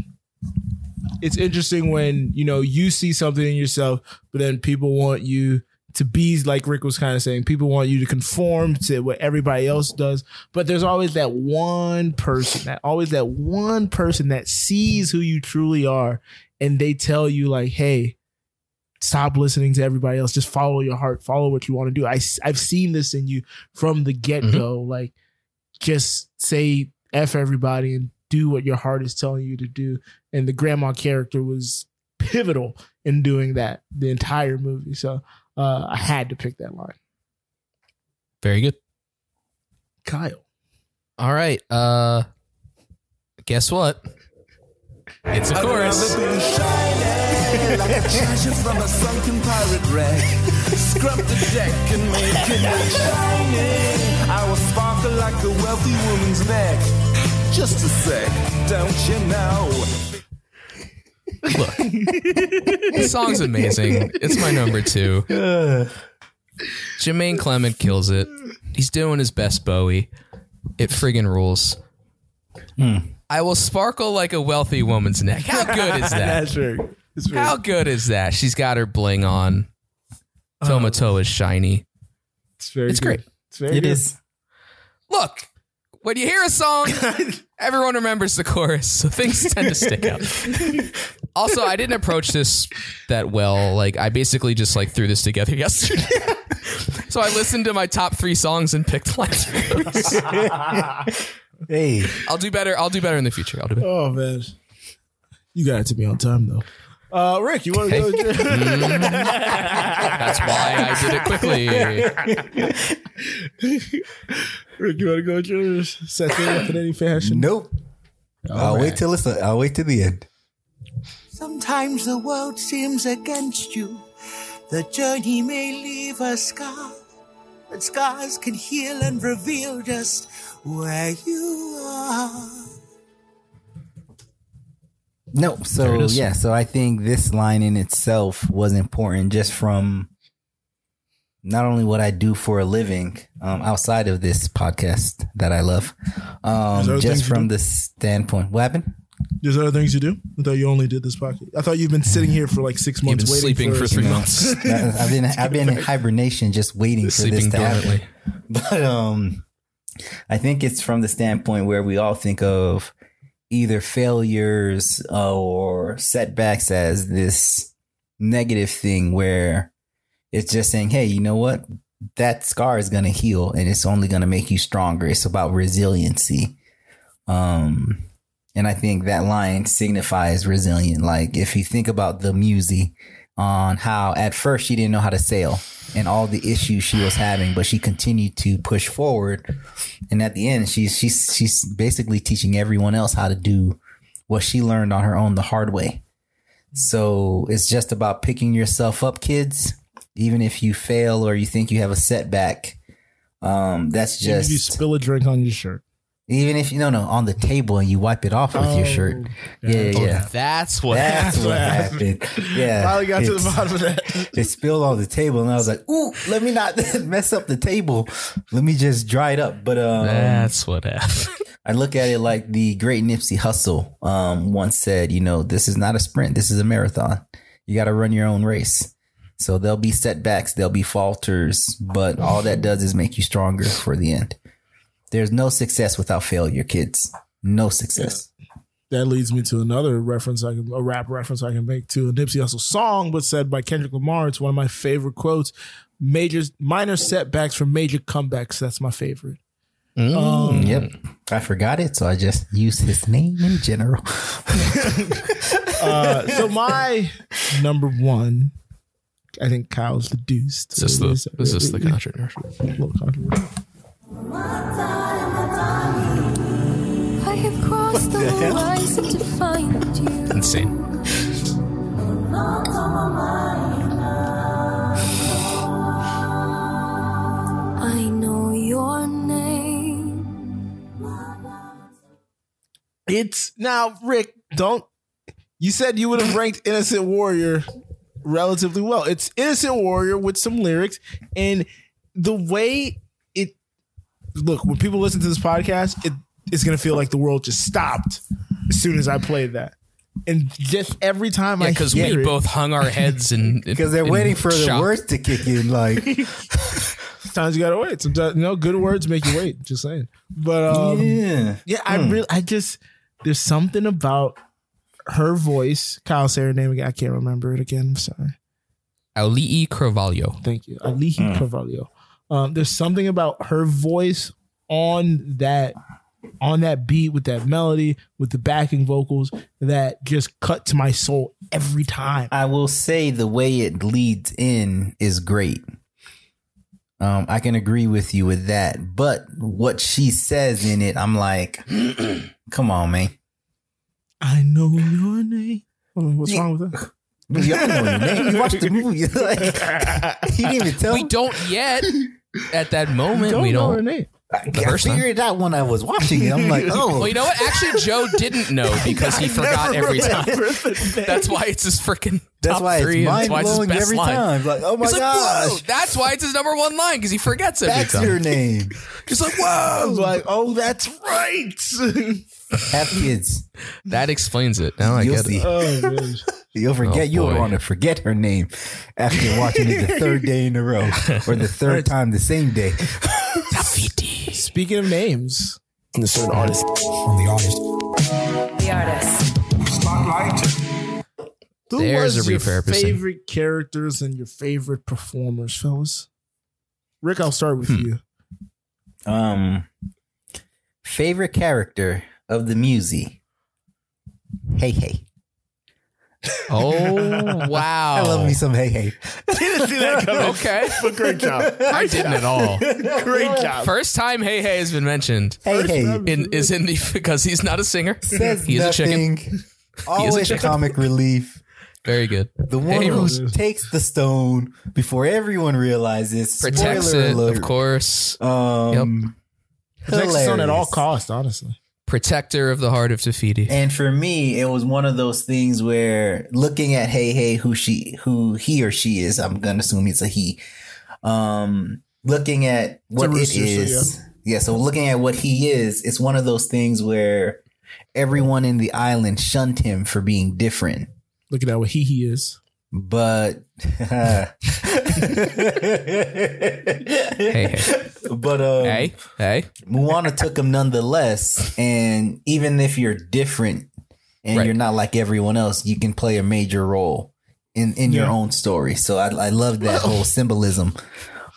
Speaker 1: it's interesting when you know you see something in yourself, but then people want you to be like Rick was kind of saying. People want you to conform to what everybody else does, but there's always that one person, that always that one person that sees who you truly are, and they tell you like, hey stop listening to everybody else just follow your heart follow what you want to do I, i've seen this in you from the get-go like just say f everybody and do what your heart is telling you to do and the grandma character was pivotal in doing that the entire movie so uh, i had to pick that line
Speaker 2: Very good.
Speaker 1: kyle
Speaker 2: All right. Uh, guess what? It's a chorus.
Speaker 10: like a treasure from a sunken pirate wreck. Scrub the deck and make it look shiny. I will sparkle like a wealthy woman's neck. Just a sec, don't you know?
Speaker 2: Look, this song's amazing. It's my number two. Jermaine Clement kills it. He's doing his best, Bowie. It friggin' rules.
Speaker 1: Hmm.
Speaker 2: I will sparkle like a wealthy woman's neck. How good is that?
Speaker 1: that's true It's true.
Speaker 2: How good is that? She's got her bling on.
Speaker 1: Um,
Speaker 2: Tomato is shiny.
Speaker 1: it's, very
Speaker 2: it's
Speaker 1: good.
Speaker 2: great.
Speaker 1: it's very good.
Speaker 2: Look, when you hear a song, everyone remembers the chorus, so things tend to stick out. Also, I didn't approach this that well. Like, I basically just like threw this together yesterday. so I listened to my top three songs and picked lines. for those.
Speaker 3: Hey,
Speaker 2: I'll do better. I'll do better in the future. I'll do better.
Speaker 1: oh man you got it to be on time though uh, Rick, you want to go?
Speaker 2: That's why I did it quickly.
Speaker 1: Rick, you want to go? with yours? Set it up in any fashion?
Speaker 3: nope. I'll wait till it's. I'll wait till the end.
Speaker 10: Sometimes the world seems against you. The journey may leave a scar, but scars can heal and reveal just where you are.
Speaker 3: No, so yeah, so I think this line in itself was important just from not only what I do for a living um, outside of this podcast that I love,
Speaker 1: There's other
Speaker 3: um, just
Speaker 1: things you
Speaker 3: from
Speaker 1: do?
Speaker 3: the standpoint. What happened?
Speaker 1: There's other things you do. I thought you only did this podcast. I thought you've been sitting here for like six
Speaker 2: You've
Speaker 1: months,
Speaker 2: been
Speaker 1: waiting
Speaker 2: sleeping for three months,
Speaker 3: I've been I've been in hibernation just waiting for
Speaker 2: sleeping
Speaker 3: this to happen.
Speaker 2: dormantly.
Speaker 3: but um i think it's from the standpoint where we all think of either failures uh, or setbacks as this negative thing where it's just saying hey you know what that scar is going to heal and it's only going to make you stronger it's about resiliency um and i think that line signifies resilient like if you think about the musi on how at first she didn't know how to sail and all the issues she was having but she continued to push forward and at the end she's she's she's basically teaching everyone else how to do what she learned on her own the hard way so it's just about picking yourself up kids even if you fail or you think you have a setback Um, that's
Speaker 7: Even if
Speaker 3: just
Speaker 7: you spill a drink on your shirt.
Speaker 3: even if you no no on the table and you wipe it off with your shirt.
Speaker 7: Oh,
Speaker 3: Yeah, yeah. yeah.
Speaker 2: Oh, That's what
Speaker 3: That's
Speaker 2: happened.
Speaker 3: what happened. Yeah,
Speaker 7: Finally got to the
Speaker 3: it's-
Speaker 7: bottom of that.
Speaker 3: It spilled on the table, and I was like, "Ooh, let me not mess up the table. Let me just dry it up." But um,
Speaker 2: That's what happened.
Speaker 3: I look at it like the great Nipsey Hussle um, once said, you know, this is not a sprint, this is a marathon. You got to run your own race. So there'll be setbacks, there'll be falters, but all that does is make you stronger for the end. There's no success without failure, kids. No success.
Speaker 1: that leads me to another reference I can a rap reference I can make to a Nipsey Hussle song, but said by Kendrick Lamar. It's one of my favorite quotes. Major minor setbacks for major comebacks. That's my favorite.
Speaker 3: Mm, yep. I forgot it, so I just used his name in general.
Speaker 1: Uh, so my number one, I think Kyle's the deuce.
Speaker 2: Is this the, is this the controversial?
Speaker 11: I have crossed the horizon to find you.
Speaker 2: Insane.
Speaker 11: I know your name.
Speaker 7: It's now, Rick, don't. You said you would have ranked Innocent Warrior relatively well. It's Innocent Warrior with some lyrics, and the way it look when people listen to this podcast, it is going to feel like the world just stopped as soon as I played that, and just every time
Speaker 2: Yeah,
Speaker 7: I
Speaker 2: because
Speaker 7: hear
Speaker 2: we
Speaker 7: it-
Speaker 2: both hung our heads and
Speaker 3: Because they're
Speaker 2: and
Speaker 3: waiting for the
Speaker 2: shocked.
Speaker 3: words to kick in. Like,
Speaker 1: Sometimes you gotta wait. Sometimes you know, good words make you wait. Just saying. But um,
Speaker 3: yeah.
Speaker 1: Yeah, I
Speaker 2: Hmm.
Speaker 1: really, I just, there's something about her voice. Kyle, say her name again. I can't remember it again. I'm sorry.
Speaker 2: Aulii Carvalho.
Speaker 1: Thank you. Alihi
Speaker 2: Hmm.
Speaker 1: Carvalho. Um, there's something about her voice on that, on that beat with that melody, with the backing vocals that just cut to my soul every time.
Speaker 3: I will say the way it leads in is great. Um, I can agree with you with that, but what she says in it, I'm like, come on, man.
Speaker 1: I know your name. Hold on, What's wrong with that?
Speaker 3: Y'all know your name. You watched the movie. like, you didn't even tell
Speaker 2: We
Speaker 3: me.
Speaker 2: don't yet. At that moment, we
Speaker 1: know her
Speaker 2: don't.
Speaker 1: name.
Speaker 3: I,
Speaker 2: the
Speaker 3: I
Speaker 2: first time.
Speaker 3: figured it out when I was watching it. I'm like, oh,
Speaker 2: Well, you know what? Actually, Joe didn't know because he forgot every time.
Speaker 1: That's
Speaker 2: That's why it's his freaking.
Speaker 3: that's
Speaker 2: top
Speaker 3: why
Speaker 2: three
Speaker 3: it's
Speaker 2: and that's
Speaker 3: mind
Speaker 2: why it's his
Speaker 3: blowing
Speaker 2: best
Speaker 3: every
Speaker 2: line.
Speaker 3: time. Like, oh my
Speaker 2: It's like,
Speaker 3: gosh,
Speaker 2: whoa, that's why it's his number one line because he forgets every
Speaker 3: that's
Speaker 2: time.
Speaker 3: your name.
Speaker 2: He's like, whoa,
Speaker 7: like, oh, that's right.
Speaker 3: Have kids.
Speaker 2: that explains it. Now I
Speaker 3: You'll
Speaker 2: get
Speaker 3: see.
Speaker 2: it.
Speaker 1: oh, gosh.
Speaker 3: You'll forget. you'll
Speaker 2: boy.
Speaker 3: want to forget her name after watching it the third day in a row or the third time the same day.
Speaker 1: Speaking of names,
Speaker 13: And a certain artist. On the artist.
Speaker 12: The artist.
Speaker 1: who
Speaker 2: There's
Speaker 1: was
Speaker 2: a
Speaker 1: your
Speaker 2: repair person.
Speaker 1: favorite characters and your favorite performers, fellas? Rick, I'll start
Speaker 2: Hmm.
Speaker 1: with you.
Speaker 3: Um, favorite character of the Musi. Hey hey,
Speaker 2: Oh wow!
Speaker 3: I love me some hey hey.
Speaker 7: Didn't see that coming.
Speaker 2: Okay,
Speaker 7: But great job.
Speaker 2: I didn't at all.
Speaker 7: Great job.
Speaker 2: First time Hey Hey has been mentioned
Speaker 3: Hey hey
Speaker 2: in, is in the because he's not a singer.
Speaker 3: says
Speaker 2: He's a chicken.
Speaker 3: nothing. Always
Speaker 2: chicken.
Speaker 3: comic relief.
Speaker 2: Very good.
Speaker 3: The one
Speaker 2: Hey,
Speaker 3: who
Speaker 2: Rose.
Speaker 3: takes the stone before everyone realizes.
Speaker 2: Protects
Speaker 3: Spoiler
Speaker 2: it,
Speaker 3: alert.
Speaker 2: of course.
Speaker 3: Um,
Speaker 1: Protect the sun at all
Speaker 3: hilarious.
Speaker 1: costs, honestly.
Speaker 2: Protector of the heart of Tafiti.
Speaker 3: And for me, it was one of those things where looking at Hey Hey, who she, who he or she is, I'm gonna assume it's a he. Um, looking at what it
Speaker 1: rooster, so
Speaker 3: is, yeah. So looking at what he is, it's one of those things where everyone in the island shunned him for being different.
Speaker 1: Look at that, what he he is.
Speaker 3: But hey, but um,
Speaker 2: Hey, hey.
Speaker 3: Moana took him nonetheless. And even if you're different and
Speaker 2: Right.
Speaker 3: you're not like everyone else, you can play a major role in, in your
Speaker 1: Yeah.
Speaker 3: own story. So I, I love that whole symbolism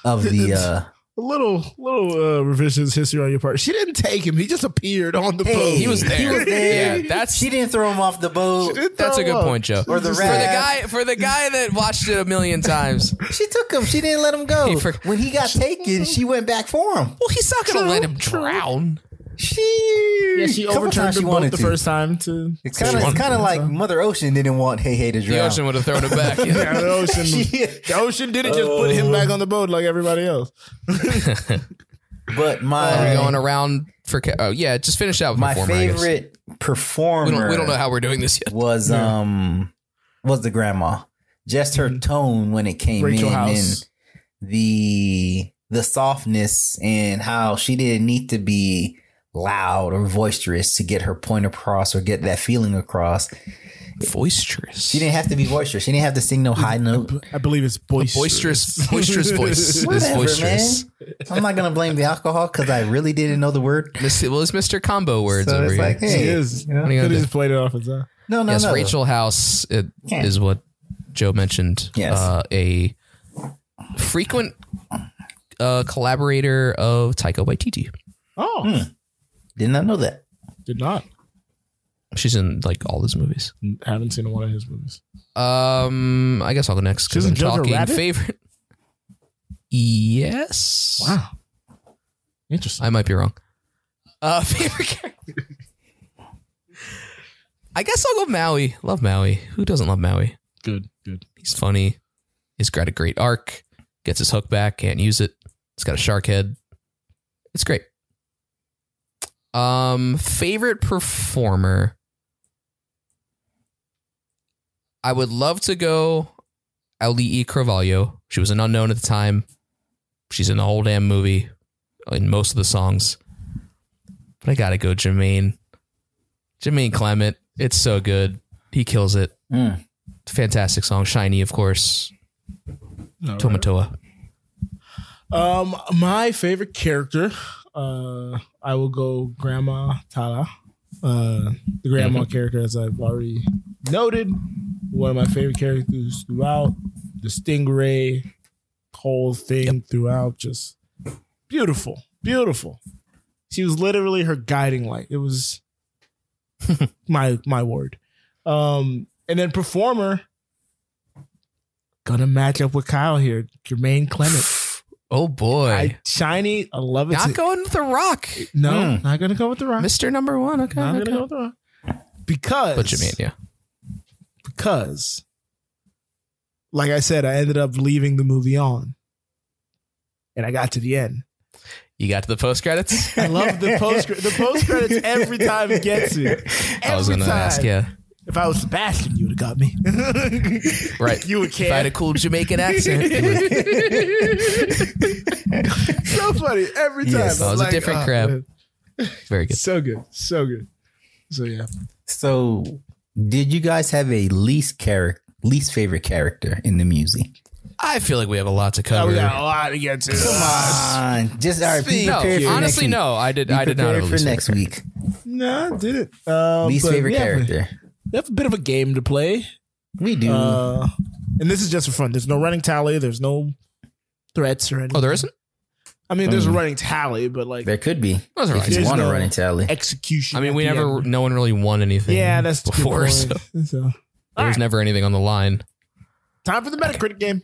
Speaker 3: of the uh,
Speaker 1: A little, little uh, revisionist history on your part. She didn't take him; he just appeared on the
Speaker 3: hey,
Speaker 1: boat.
Speaker 2: He was there.
Speaker 3: there.
Speaker 2: Yeah, that's-
Speaker 3: she didn't throw him off the boat. She,
Speaker 2: That's a good point, Joe.
Speaker 3: Or the
Speaker 2: for the
Speaker 3: raft.
Speaker 2: guy for the guy that watched it a million times.
Speaker 3: took him. She didn't let him go.
Speaker 2: He for-
Speaker 3: when he got taken, she went back for him.
Speaker 2: Well, he's not gonna let him drown.
Speaker 3: She
Speaker 1: Yeah, she
Speaker 3: couple
Speaker 1: overturned
Speaker 3: times
Speaker 1: the boat the first time to.
Speaker 3: It's kind of it's kind of like Mother Ocean didn't want Hey Hey to drown.
Speaker 2: The ocean would have thrown him back.
Speaker 1: Yeah, the ocean, the ocean didn't just put him back on the boat like everybody else.
Speaker 3: But my
Speaker 2: Are we going around for? ca- Oh yeah, just finish out with
Speaker 3: my
Speaker 2: performer, I guess.
Speaker 3: favorite performer.
Speaker 2: We don't, we don't know how we're doing this yet.
Speaker 3: was
Speaker 2: Yeah. Mm-hmm.
Speaker 3: um was the grandma. Just her tone when it came
Speaker 2: Rachel
Speaker 3: in
Speaker 2: House.
Speaker 3: and the the softness and how she didn't need to be loud or boisterous to get her point across or get that feeling across.
Speaker 2: Boisterous.
Speaker 3: She didn't have to be boisterous. She didn't have to sing no high note.
Speaker 1: I believe it's boisterous.
Speaker 2: boisterous- boisterous voice is
Speaker 3: Whatever,
Speaker 2: boisterous.
Speaker 3: man. I'm not gonna blame the alcohol because I really didn't know the word.
Speaker 2: Miss, well, it's Mr. Combo words
Speaker 3: So
Speaker 2: over
Speaker 3: it's
Speaker 2: here.
Speaker 3: like, hey,
Speaker 1: She is.
Speaker 3: you know,
Speaker 2: What are you
Speaker 1: Could
Speaker 2: gonna
Speaker 1: have
Speaker 2: do?
Speaker 1: just played it off as that.
Speaker 3: no, no,
Speaker 2: yes,
Speaker 3: no.
Speaker 2: Rachel House it is
Speaker 3: Yeah.
Speaker 2: what Joe mentioned.
Speaker 3: Yes.
Speaker 2: Uh, a frequent uh, collaborator of Taika Waititi.
Speaker 1: Oh,
Speaker 3: Did not know that.
Speaker 1: did not.
Speaker 2: She's in like all his movies.
Speaker 1: Haven't seen one of his movies.
Speaker 2: Um, I guess I'll go next because
Speaker 1: She's
Speaker 2: I'm
Speaker 1: in Jojo
Speaker 2: talking
Speaker 1: Rabbit?
Speaker 2: favorite. Yes.
Speaker 1: Wow.
Speaker 2: Interesting. I might be wrong. Uh, favorite character. I guess I'll go Maui. Love Maui. Who doesn't love Maui?
Speaker 1: Good, good.
Speaker 2: He's funny. He's got a great arc. Gets his hook back. Can't use it. He's got a shark head. It's great. Um, favorite performer. I would love to go Ali E. Carvalho. She was an unknown at the time. She's in the whole damn movie, in most of the songs. But I gotta go Jermaine. Jermaine Clement. It's so good. He kills it.
Speaker 3: Mm.
Speaker 2: Fantastic song. Shiny, of course.
Speaker 1: All
Speaker 2: Tomatoa.
Speaker 1: Um, my favorite character, uh, I will go Grandma Tala, uh, the grandma character, as I've already noted. One of my favorite characters throughout the Stingray whole thing throughout, just beautiful, beautiful. She was literally her guiding light. It was my my word. Um, and then performer gonna match up with Kyle here, Jermaine Clement.
Speaker 2: Oh boy.
Speaker 1: I, shiny, I love it.
Speaker 2: Not going with the rock.
Speaker 1: no,
Speaker 2: Hmm.
Speaker 1: not gonna go with the rock.
Speaker 2: Mr. Number One. Okay.
Speaker 1: Not
Speaker 2: okay.
Speaker 1: gonna go with the rock because
Speaker 2: But Jermaine, yeah.
Speaker 1: because, like I said, I ended up leaving the movie on, and I got to the end.
Speaker 2: You got to the post credits?
Speaker 1: I love the post the post credits every time it gets me. Every
Speaker 2: I was gonna
Speaker 1: time.
Speaker 2: ask, yeah.
Speaker 1: If I was Sebastian, you would have got me.
Speaker 2: Right.
Speaker 1: You would care.
Speaker 2: If I had a cool Jamaican accent. it would-
Speaker 1: so funny every time.
Speaker 2: Yes,
Speaker 1: I'm
Speaker 2: I was a
Speaker 1: like,
Speaker 2: different
Speaker 1: oh,
Speaker 2: crab.
Speaker 1: man.
Speaker 2: Very good.
Speaker 1: So good, so good. So yeah.
Speaker 3: So, did you guys have a least character, least favorite character in the music?
Speaker 2: I feel like we have a lot to
Speaker 1: Oh,
Speaker 2: cover.
Speaker 1: we got a lot to get to. Come on.
Speaker 3: Come on, Uh, just all right, be
Speaker 2: Uh, No,
Speaker 3: prepared for next
Speaker 2: honestly,
Speaker 3: week.
Speaker 2: no. I did.
Speaker 3: Be
Speaker 2: I did not.
Speaker 3: prepared
Speaker 2: have a
Speaker 3: for
Speaker 2: least
Speaker 3: next
Speaker 2: favorite. Uh,
Speaker 3: week.
Speaker 1: No, I did it. Um,
Speaker 3: least
Speaker 1: but
Speaker 3: favorite
Speaker 1: we have a-
Speaker 3: character.
Speaker 1: we have a bit of a game to play.
Speaker 3: We
Speaker 2: Mm.
Speaker 3: do.
Speaker 1: Uh, and this is just for fun. There's no running tally. There's no threats or anything.
Speaker 2: Oh, there isn't.
Speaker 1: I mean, there's a
Speaker 3: Mm.
Speaker 1: running tally, but like
Speaker 3: there could be.
Speaker 2: That's all
Speaker 3: if
Speaker 2: right.
Speaker 3: you
Speaker 1: There's
Speaker 3: want to
Speaker 1: no-
Speaker 3: run into tally.
Speaker 1: execution.
Speaker 2: I mean,
Speaker 1: at
Speaker 2: we
Speaker 1: the
Speaker 2: never.
Speaker 1: end.
Speaker 2: No one really won anything.
Speaker 1: Yeah, that's the good
Speaker 2: before.
Speaker 1: point.
Speaker 2: So there
Speaker 1: So,
Speaker 2: was never anything on the line.
Speaker 1: time for the Metacritic game.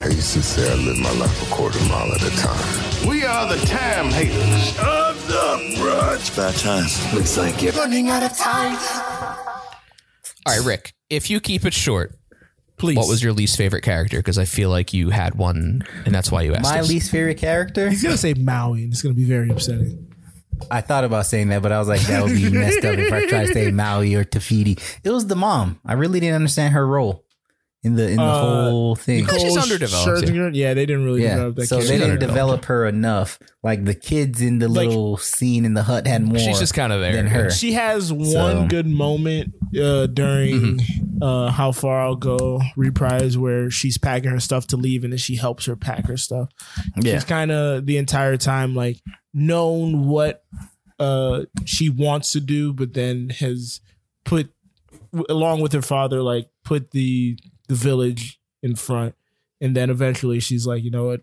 Speaker 14: I used to say I live my life a quarter mile at a time. We are the time haters of the brunch. About time. Looks like you're running out of time.
Speaker 2: All right, Rick. If you keep it short,
Speaker 1: Please.
Speaker 2: what was your least favorite character? Because I feel like you had one, and that's why you asked.
Speaker 3: My
Speaker 2: us.
Speaker 3: least favorite character.
Speaker 1: He's gonna say Maui, and it's gonna be very upsetting.
Speaker 3: I thought about saying that, but I was like, that would be messed up if I tried to say Maui or Tafiti. It was the mom. I really didn't understand her role in the in the
Speaker 1: Uh,
Speaker 3: whole thing.
Speaker 2: She's
Speaker 1: Cole
Speaker 2: underdeveloped, yeah.
Speaker 1: Scherzinger? Oh, Yeah, they didn't really
Speaker 3: Yeah,
Speaker 1: develop that.
Speaker 3: so
Speaker 1: character.
Speaker 3: they didn't
Speaker 2: She's
Speaker 3: develop her enough. Like the kids in the
Speaker 1: Like-
Speaker 3: little scene in the hut had more.
Speaker 2: She's just kind of there.
Speaker 3: than her.
Speaker 1: She has one good moment uh, during
Speaker 3: Mm-hmm.
Speaker 1: uh, "How Far I'll Go" reprise, where she's packing her stuff to leave, and then she helps her pack her stuff.
Speaker 3: Yeah.
Speaker 1: She's kind of the entire time like known what uh, she wants to do, but then has put w- along with her father like put the the village in front, and then eventually she's like, you know what,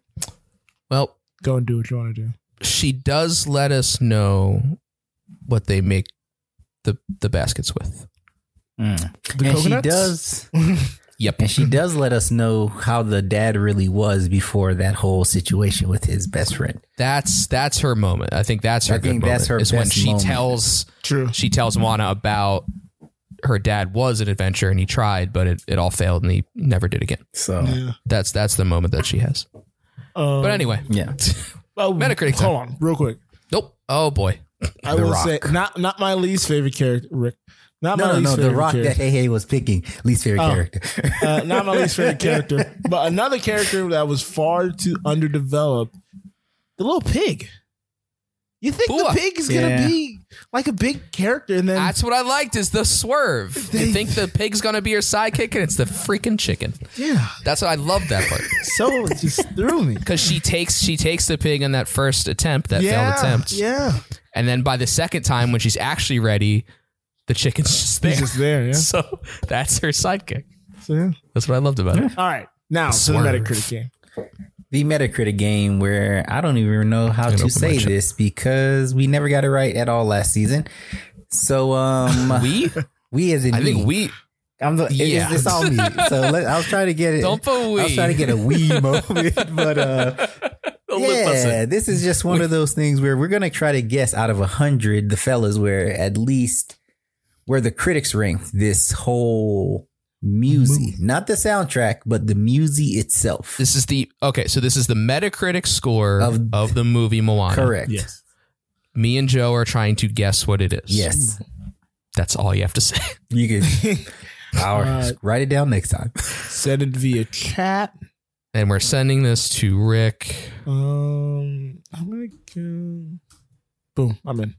Speaker 2: Well,
Speaker 1: go and do what you want to do.
Speaker 2: she does let us know what they make the the baskets with.
Speaker 3: Mm.
Speaker 1: The
Speaker 3: and
Speaker 1: coconuts?
Speaker 3: she does
Speaker 2: Yep.
Speaker 3: and she does let us know how the dad really was before that whole situation with his best friend.
Speaker 2: That's that's her moment. I think that's her
Speaker 3: I
Speaker 2: good
Speaker 3: think
Speaker 2: moment.
Speaker 3: that's her
Speaker 2: is when
Speaker 3: best
Speaker 2: she
Speaker 3: moment.
Speaker 2: tells
Speaker 1: True.
Speaker 2: she tells Juana about her dad was an adventure and he tried, but it, it all failed and he never did again.
Speaker 3: So
Speaker 1: Yeah.
Speaker 2: That's that's the moment that she has.
Speaker 1: Um,
Speaker 2: But anyway,
Speaker 3: yeah.
Speaker 2: Well, Metacritic.
Speaker 1: Hold
Speaker 2: time.
Speaker 1: on, real quick.
Speaker 2: Nope. Oh boy.
Speaker 1: I
Speaker 2: The
Speaker 1: will
Speaker 2: Rock.
Speaker 1: say not not my least favorite character, Rick. Not
Speaker 3: no,
Speaker 1: my
Speaker 3: no,
Speaker 1: least
Speaker 3: no.
Speaker 1: favorite
Speaker 3: The rock
Speaker 1: character.
Speaker 3: that Hey Hey was picking least favorite
Speaker 1: Oh.
Speaker 3: character.
Speaker 1: uh, not my least favorite character, but another character that was far too underdeveloped. The little pig. You think
Speaker 2: Pua.
Speaker 1: the pig is
Speaker 2: Yeah.
Speaker 1: gonna be like a big character, and then
Speaker 2: That's what I liked is the swerve. you think the pig's gonna be your sidekick, and it's the freaking chicken.
Speaker 1: yeah,
Speaker 2: That's what I love that part.
Speaker 1: so it just threw me
Speaker 2: because she takes she takes the pig in that first attempt, that
Speaker 1: yeah,
Speaker 2: failed attempt,
Speaker 1: yeah,
Speaker 2: and then by the second time when she's actually ready, the chicken's just there.
Speaker 1: He's just there. Yeah.
Speaker 2: So that's her sidekick.
Speaker 1: So, yeah.
Speaker 2: That's what I loved about it.
Speaker 1: All right, now to the
Speaker 2: Swerve.
Speaker 1: Metacritic game.
Speaker 3: the Metacritic game where I don't even know how to say this because we never got it right at all last season. So um
Speaker 2: we
Speaker 3: we as in
Speaker 2: I think
Speaker 3: me.
Speaker 2: we.
Speaker 3: I'm the,
Speaker 2: Yeah.
Speaker 3: yeah. it's, it's all me. So let, I was trying to get it.
Speaker 2: Don't put
Speaker 3: I was
Speaker 2: we.
Speaker 3: trying to get a we moment, but uh, yeah,
Speaker 2: listen.
Speaker 3: this is just one of those things where we're gonna try to guess out of a hundred the fellas where at least where the critics ranked this whole music, not the soundtrack, but the music itself.
Speaker 2: This is the okay. So this is the Metacritic score of, the movie Moana.
Speaker 3: Correct. Yes.
Speaker 2: Me and Joe are trying to guess what it is.
Speaker 3: Yes.
Speaker 2: That's all you have to say.
Speaker 3: You can All
Speaker 1: Uh,
Speaker 3: right. write it down next time.
Speaker 1: Send it via chat.
Speaker 2: And we're sending this to Rick.
Speaker 1: Um, I'm gonna go. Boom! I'm in.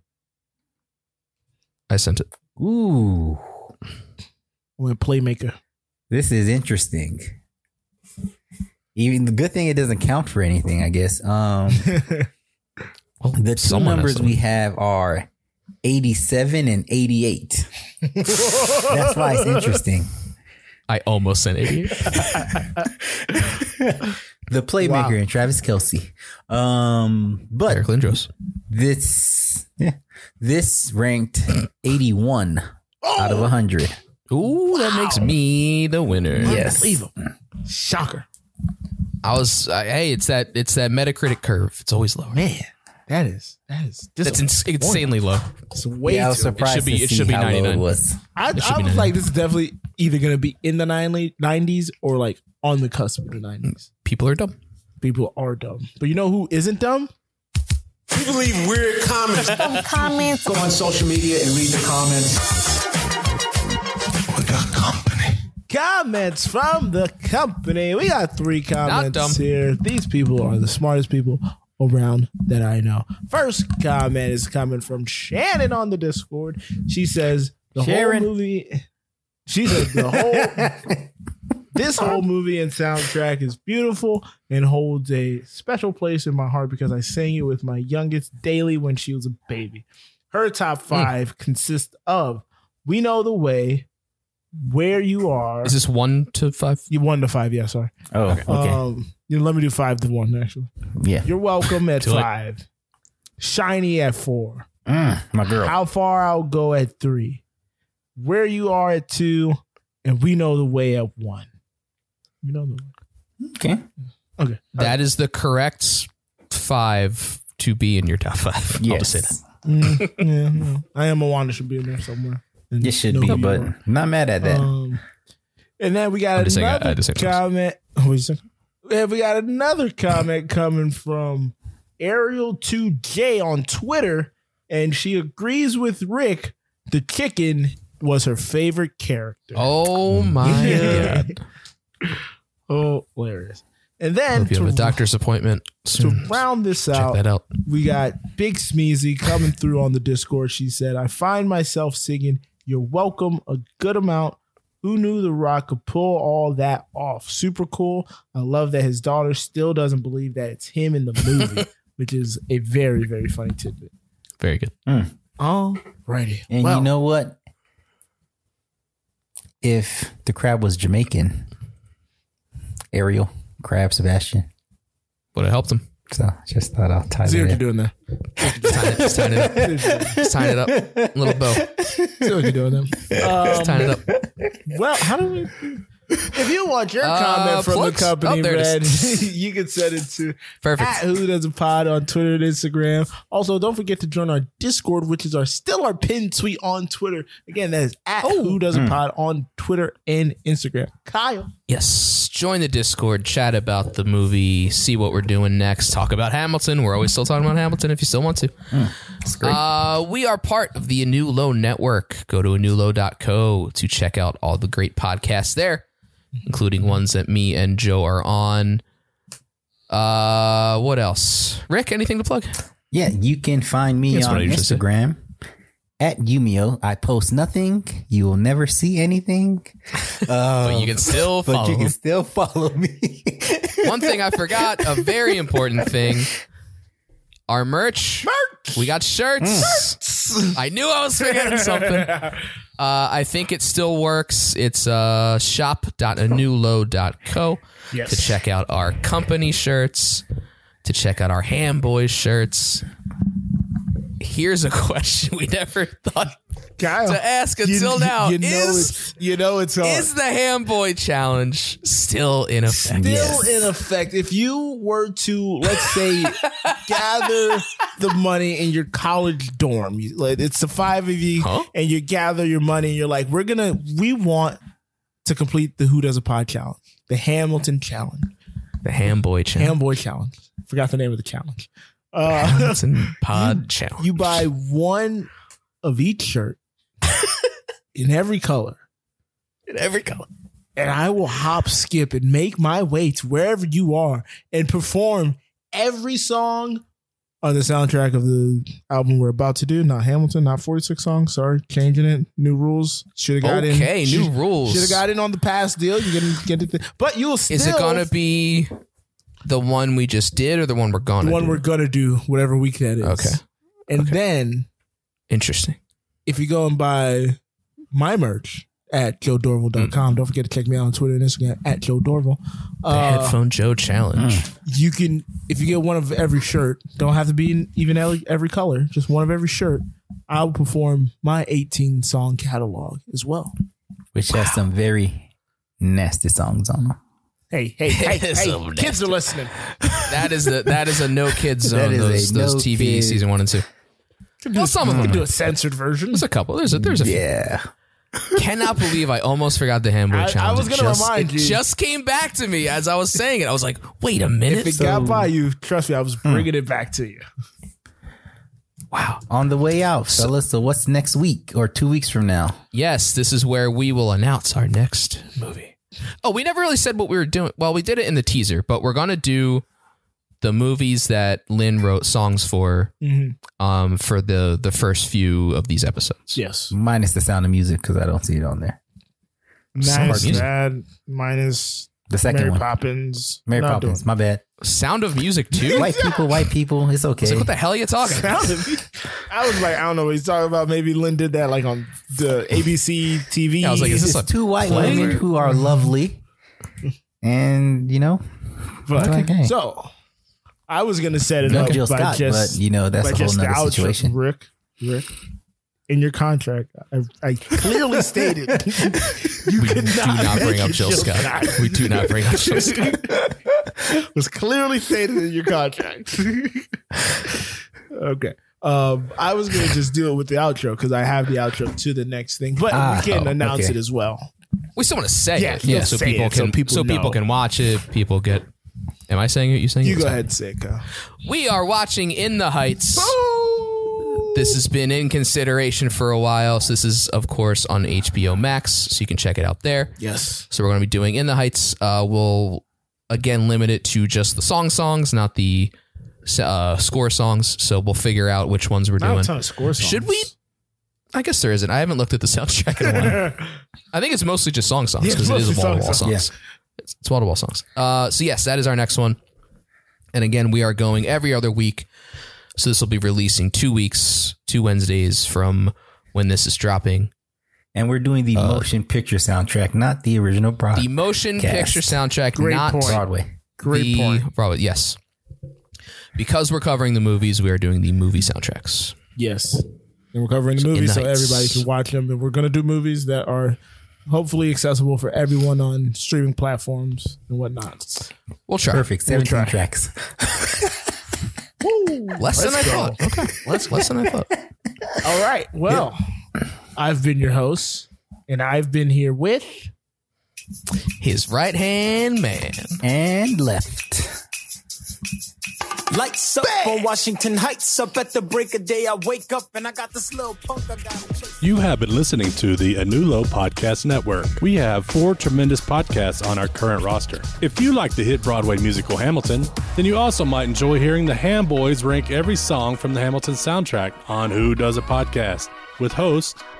Speaker 2: I sent it.
Speaker 3: Ooh.
Speaker 1: I'm a playmaker.
Speaker 3: This is interesting. Even the good thing it doesn't count for anything, I guess. Um
Speaker 2: someone
Speaker 3: the two
Speaker 2: has
Speaker 3: numbers
Speaker 2: something.
Speaker 3: we have are 87 and 88. That's why it's interesting.
Speaker 2: I almost sent it.
Speaker 3: The playmaker and Travis Kelsey. Um but
Speaker 2: Eric Lindros.
Speaker 3: this yeah, this ranked 81
Speaker 2: Oh!
Speaker 3: out of 100.
Speaker 2: Ooh, that makes me the winner.
Speaker 3: Yes.
Speaker 1: Unbelievable. Shocker.
Speaker 2: I was I, hey, it's that it's that Metacritic curve. It's always lower.
Speaker 1: Man, that is that is
Speaker 2: That's ins- insanely low.
Speaker 1: It's way
Speaker 3: Yeah, I was
Speaker 1: too.
Speaker 2: It should
Speaker 3: surprised
Speaker 2: be
Speaker 3: to
Speaker 2: it
Speaker 3: see
Speaker 2: should be
Speaker 3: how low
Speaker 2: ninety
Speaker 3: it
Speaker 2: nine.
Speaker 3: was.
Speaker 1: I,
Speaker 2: It should
Speaker 1: I
Speaker 2: be
Speaker 1: was
Speaker 2: 90.
Speaker 1: like, this is definitely either going to be in the 90s or like on the cusp of the 90s.
Speaker 2: People are dumb.
Speaker 1: People are dumb. But you know who isn't dumb?
Speaker 14: People leave weird comments.
Speaker 15: Comments.
Speaker 14: Go on social media and read the comments.
Speaker 1: Comments from the company. We got three
Speaker 2: dumb.
Speaker 1: comments here. These people are the smartest people around that I know. First comment is coming from Shannon on the Discord. She says, the
Speaker 3: Sharon.
Speaker 1: whole movie. She said, the whole This whole movie and soundtrack is beautiful and holds a special place in my heart because I sang it with my youngest daily when she was a baby. Her top five consist of We Know the Way, Where You Are.
Speaker 2: Is this one to five?
Speaker 1: you one to five, yeah, sorry.
Speaker 3: Oh, okay.
Speaker 2: Uh,
Speaker 1: Um, you know, let me do five to one, actually.
Speaker 3: yeah.
Speaker 1: You're welcome at
Speaker 2: Do it.
Speaker 1: five. Shiny at four.
Speaker 3: Mm, my girl.
Speaker 1: How far I'll go at three. Where you are at two, and we know the way at one. We know the way.
Speaker 3: Okay.
Speaker 1: Okay.
Speaker 3: Uh,
Speaker 2: That is the correct five to be in your top five. I'll just say that.
Speaker 3: Yes.
Speaker 1: Mm, yeah, no. I am Moana should be in there somewhere. And
Speaker 3: It should
Speaker 1: no
Speaker 3: be,
Speaker 1: New
Speaker 3: but
Speaker 1: York.
Speaker 3: not mad at
Speaker 2: Uh,
Speaker 3: that.
Speaker 1: Um, and then we
Speaker 2: I'm
Speaker 1: got
Speaker 2: just saying, I- I
Speaker 1: another
Speaker 2: just think it was-
Speaker 1: comment. What you saying? And we got another comment coming from Ariel2J on Twitter, and she agrees with Rick. The chicken was her favorite character.
Speaker 2: Oh my god.
Speaker 1: Oh, hilarious. And then
Speaker 2: If you have a
Speaker 1: to,
Speaker 2: doctor's appointment
Speaker 1: to
Speaker 2: soon,
Speaker 1: round this
Speaker 2: check
Speaker 1: out,
Speaker 2: that out.
Speaker 1: we got Big Smeezy coming through on the Discord. She said, I find myself singing, You're welcome, a good amount. Who knew The Rock could pull all that off? Super cool. I love that his daughter still doesn't believe that it's him in the movie, which is a very, very funny tidbit.
Speaker 2: Very good.
Speaker 1: All righty.
Speaker 3: And you know what? If the crab was Jamaican, Ariel, crab, Sebastian.
Speaker 2: Would have helped him.
Speaker 3: So just thought I'll tie
Speaker 1: see what you're
Speaker 3: that in.
Speaker 1: doing there.
Speaker 2: Just tying it, just tying it up. Just tying it up. Little bow.
Speaker 1: See what you're doing there.
Speaker 2: Just tying it up.
Speaker 1: Well, how do we? If you want your
Speaker 2: Uh,
Speaker 1: comment from
Speaker 2: plugs?
Speaker 1: the company,
Speaker 2: Oh, there it
Speaker 1: Red,
Speaker 2: is.
Speaker 1: you can send it to
Speaker 2: Perfect.
Speaker 1: at Who Does a Pod on Twitter and Instagram. Also, don't forget to join our Discord, which is our still our pinned
Speaker 2: Oh.
Speaker 1: tweet on Twitter. Again, that is at Who Does a Pod on Twitter and Instagram. Kyle,
Speaker 2: Yes. Join the Discord, chat about the movie, see what we're doing next, talk about Hamilton. We're always still talking about Hamilton if you still want to.
Speaker 3: Hmm,
Speaker 2: Uh, we are part of the Anulo Network. Go to anulo.co to check out all the great podcasts there, including ones that me and Joe are on. Uh, what else? Rick, anything to plug?
Speaker 3: Yeah, you can find me
Speaker 2: That's
Speaker 3: on
Speaker 2: what I usually say.
Speaker 3: Instagram at Yumio. I post nothing. You will never see anything.
Speaker 2: but you can still
Speaker 3: Um, but
Speaker 2: follow
Speaker 3: you can
Speaker 2: him.
Speaker 3: still follow me.
Speaker 2: One thing I forgot, a very important thing. Our merch. We got shirts.
Speaker 1: Hmm.
Speaker 2: I knew I was forgetting something. Uh, I think it still works. It's uh, shop.anulow.co
Speaker 16: Yes.
Speaker 2: to check out our company shirts, to check out our ham boys shirts. Here's a question we never thought to ask until now.
Speaker 1: you know
Speaker 2: is
Speaker 1: it's you know it's hard.
Speaker 2: is the ham boy challenge still in effect?
Speaker 1: still in effect. If you were to, let's say, gather the money in your college dorm, you- like it's the five of you, and you gather your money, and you're like, we're gonna, we want to complete the Who Does a Pod challenge, the Hamilton challenge,
Speaker 2: the Ham Boy challenge,
Speaker 1: Ham Boy challenge. Forgot the name of the challenge. Uh,
Speaker 2: Hamilton Pod challenge.
Speaker 1: You buy one of each shirt in every color.
Speaker 2: In every color.
Speaker 1: And I will hop, skip, and make my way to wherever you are and perform every song on the soundtrack of the album we're about to do. Not Hamilton, not 46 songs. Sorry, changing it. New rules. Should have got in.
Speaker 2: Okay, new rules.
Speaker 1: Should have got in on the past deal. You can get it. th- But you will still.
Speaker 2: Is it gonna be the one we just did or the one we're gonna
Speaker 1: the one
Speaker 2: do?
Speaker 1: we're gonna do, whatever week that is.
Speaker 2: Okay.
Speaker 1: And then
Speaker 2: Interesting.
Speaker 1: if you go and buy my merch at joedorval.com, don't forget to check me out on Twitter and Instagram at Joe Dorval.
Speaker 2: The
Speaker 1: Uh,
Speaker 2: Headphone Joe challenge.
Speaker 1: You can if you get one of every shirt, don't have to be in even every, every color, just one of every shirt. I will perform my 18 song catalog as well.
Speaker 3: Which has some very nasty songs on them.
Speaker 1: Hey, hey, hey,
Speaker 2: So
Speaker 1: hey kids are listening.
Speaker 2: That is the that is a no kids
Speaker 3: That
Speaker 2: zone.
Speaker 3: is
Speaker 2: Those,
Speaker 3: a
Speaker 2: those
Speaker 3: no
Speaker 2: TV
Speaker 3: kid.
Speaker 2: season one and two. Well, some of them
Speaker 1: can do
Speaker 2: do
Speaker 1: a censored version.
Speaker 2: There's a couple. There's a there's a
Speaker 3: yeah.
Speaker 2: Cannot believe I almost forgot the Ham Boy
Speaker 1: I- I
Speaker 2: challenge.
Speaker 1: was
Speaker 2: It
Speaker 1: gonna
Speaker 2: just,
Speaker 1: remind
Speaker 2: it
Speaker 1: you.
Speaker 2: Just came back to me as I was saying it. I was like, wait a minute.
Speaker 1: If it got by you, trust me, I was bringing it back to you.
Speaker 3: On the way out, fellas. So what's next week or two weeks from now?
Speaker 2: Yes, this is where we will announce our next movie. Oh, we never really said what we were doing. Well, we did it in the teaser, but we're gonna do the movies that Lynn wrote songs for,
Speaker 1: Mhm.
Speaker 2: um, for the the first few of these episodes.
Speaker 1: Yes.
Speaker 3: Minus the sound of music because I don't see it on there. Sound of
Speaker 1: Nice,
Speaker 3: Music.
Speaker 1: bad, minus
Speaker 3: The second
Speaker 1: Mary
Speaker 3: one.
Speaker 1: Poppins.
Speaker 3: Mary
Speaker 1: Not doing
Speaker 3: Poppins. My bad.
Speaker 2: Sound of Music too.
Speaker 3: White people, white people. It's
Speaker 2: It's
Speaker 3: okay.
Speaker 2: like, what the hell are you talking? about?
Speaker 1: Sound of Music. I was like, I don't know what he's talking about. Maybe Lynn did that like on the ABC TV.
Speaker 2: Yeah, I was like, is this
Speaker 3: it's
Speaker 2: a
Speaker 3: two white
Speaker 2: play?
Speaker 3: women who are lovely, and you know,
Speaker 1: But-
Speaker 3: it's okay.
Speaker 1: So I was gonna set it
Speaker 3: No
Speaker 1: up
Speaker 3: Jill
Speaker 1: by
Speaker 3: Scott,
Speaker 1: just,
Speaker 3: but, you know, that's
Speaker 1: by
Speaker 3: a whole
Speaker 1: just the
Speaker 3: nother
Speaker 1: outro.
Speaker 3: situation.
Speaker 1: Rick, Rick, in your contract, I, I clearly stated you
Speaker 2: We do
Speaker 1: could not,
Speaker 2: not bring
Speaker 1: make
Speaker 2: up
Speaker 1: it
Speaker 2: Jill Scott. We do not bring up Jill Scott.
Speaker 1: It was clearly stated in your contract. okay. Um, I was gonna just do it with the outro because I have the outro to the next thing, but
Speaker 3: Ah,
Speaker 1: we can
Speaker 3: oh,
Speaker 1: announce
Speaker 3: okay.
Speaker 1: it as well.
Speaker 2: We still want to say
Speaker 1: Yeah,
Speaker 2: it,
Speaker 1: yeah,
Speaker 2: so
Speaker 1: say
Speaker 2: people
Speaker 1: it, so
Speaker 2: can
Speaker 1: people
Speaker 2: so people,
Speaker 1: know.
Speaker 2: can watch it. People get. Am I saying it? You saying
Speaker 1: You
Speaker 2: it?
Speaker 1: go ahead, Seiko.
Speaker 2: We are watching In the Heights. This has been in consideration for a while. So this is, of course, on HBO Max, so you can check it out there.
Speaker 1: Yes.
Speaker 2: So we're going to be doing In the Heights. Uh, we'll again limit it to just the song songs, not the uh, score songs. So we'll figure out which ones we're
Speaker 1: Not
Speaker 2: doing.
Speaker 1: a ton of score songs.
Speaker 2: Should we? I guess there isn't. I haven't looked at the soundtrack in a while. I think it's mostly just song songs
Speaker 1: Yeah,
Speaker 2: because it is
Speaker 1: mostly
Speaker 2: wall
Speaker 1: song
Speaker 2: to wall songs.
Speaker 1: songs.
Speaker 2: It's- It's wall to wall songs. Uh, so yes, that is our next one. And again, we are going every other week. So this will be releasing two weeks, two Wednesdays from when this is dropping.
Speaker 3: and we're doing the motion picture soundtrack, not the original product.
Speaker 2: Uh, The motion
Speaker 3: Cast.
Speaker 2: picture soundtrack,
Speaker 1: Great
Speaker 2: not
Speaker 1: point.
Speaker 3: Broadway.
Speaker 1: Great
Speaker 2: the
Speaker 1: point.
Speaker 2: Broadway. Yes, because we're covering the movies, we are doing the movie soundtracks.
Speaker 1: Yes. And we're covering the
Speaker 2: So,
Speaker 1: movies so
Speaker 2: Ignites.
Speaker 1: everybody can watch them. And we're going to do movies that are hopefully accessible for everyone on streaming platforms and whatnot.
Speaker 2: We'll try.
Speaker 3: Perfect. Seventeen tracks.
Speaker 2: Less than I
Speaker 1: Let's go.
Speaker 2: thought. Okay, less less than I thought.
Speaker 1: All right. Well, I've been your host, and I've been here with
Speaker 2: his right hand man.
Speaker 3: And left.
Speaker 17: Lights up on Washington Heights. Up at the break of day, I wake up and I got this little punk. I got
Speaker 14: You have been listening to the Anulo Podcast Network. We have four tremendous podcasts on our current roster. If you like the hit Broadway musical Hamilton, then you also might enjoy hearing the Ham Boys rank every song from the Hamilton soundtrack on Who Does a Podcast with hosts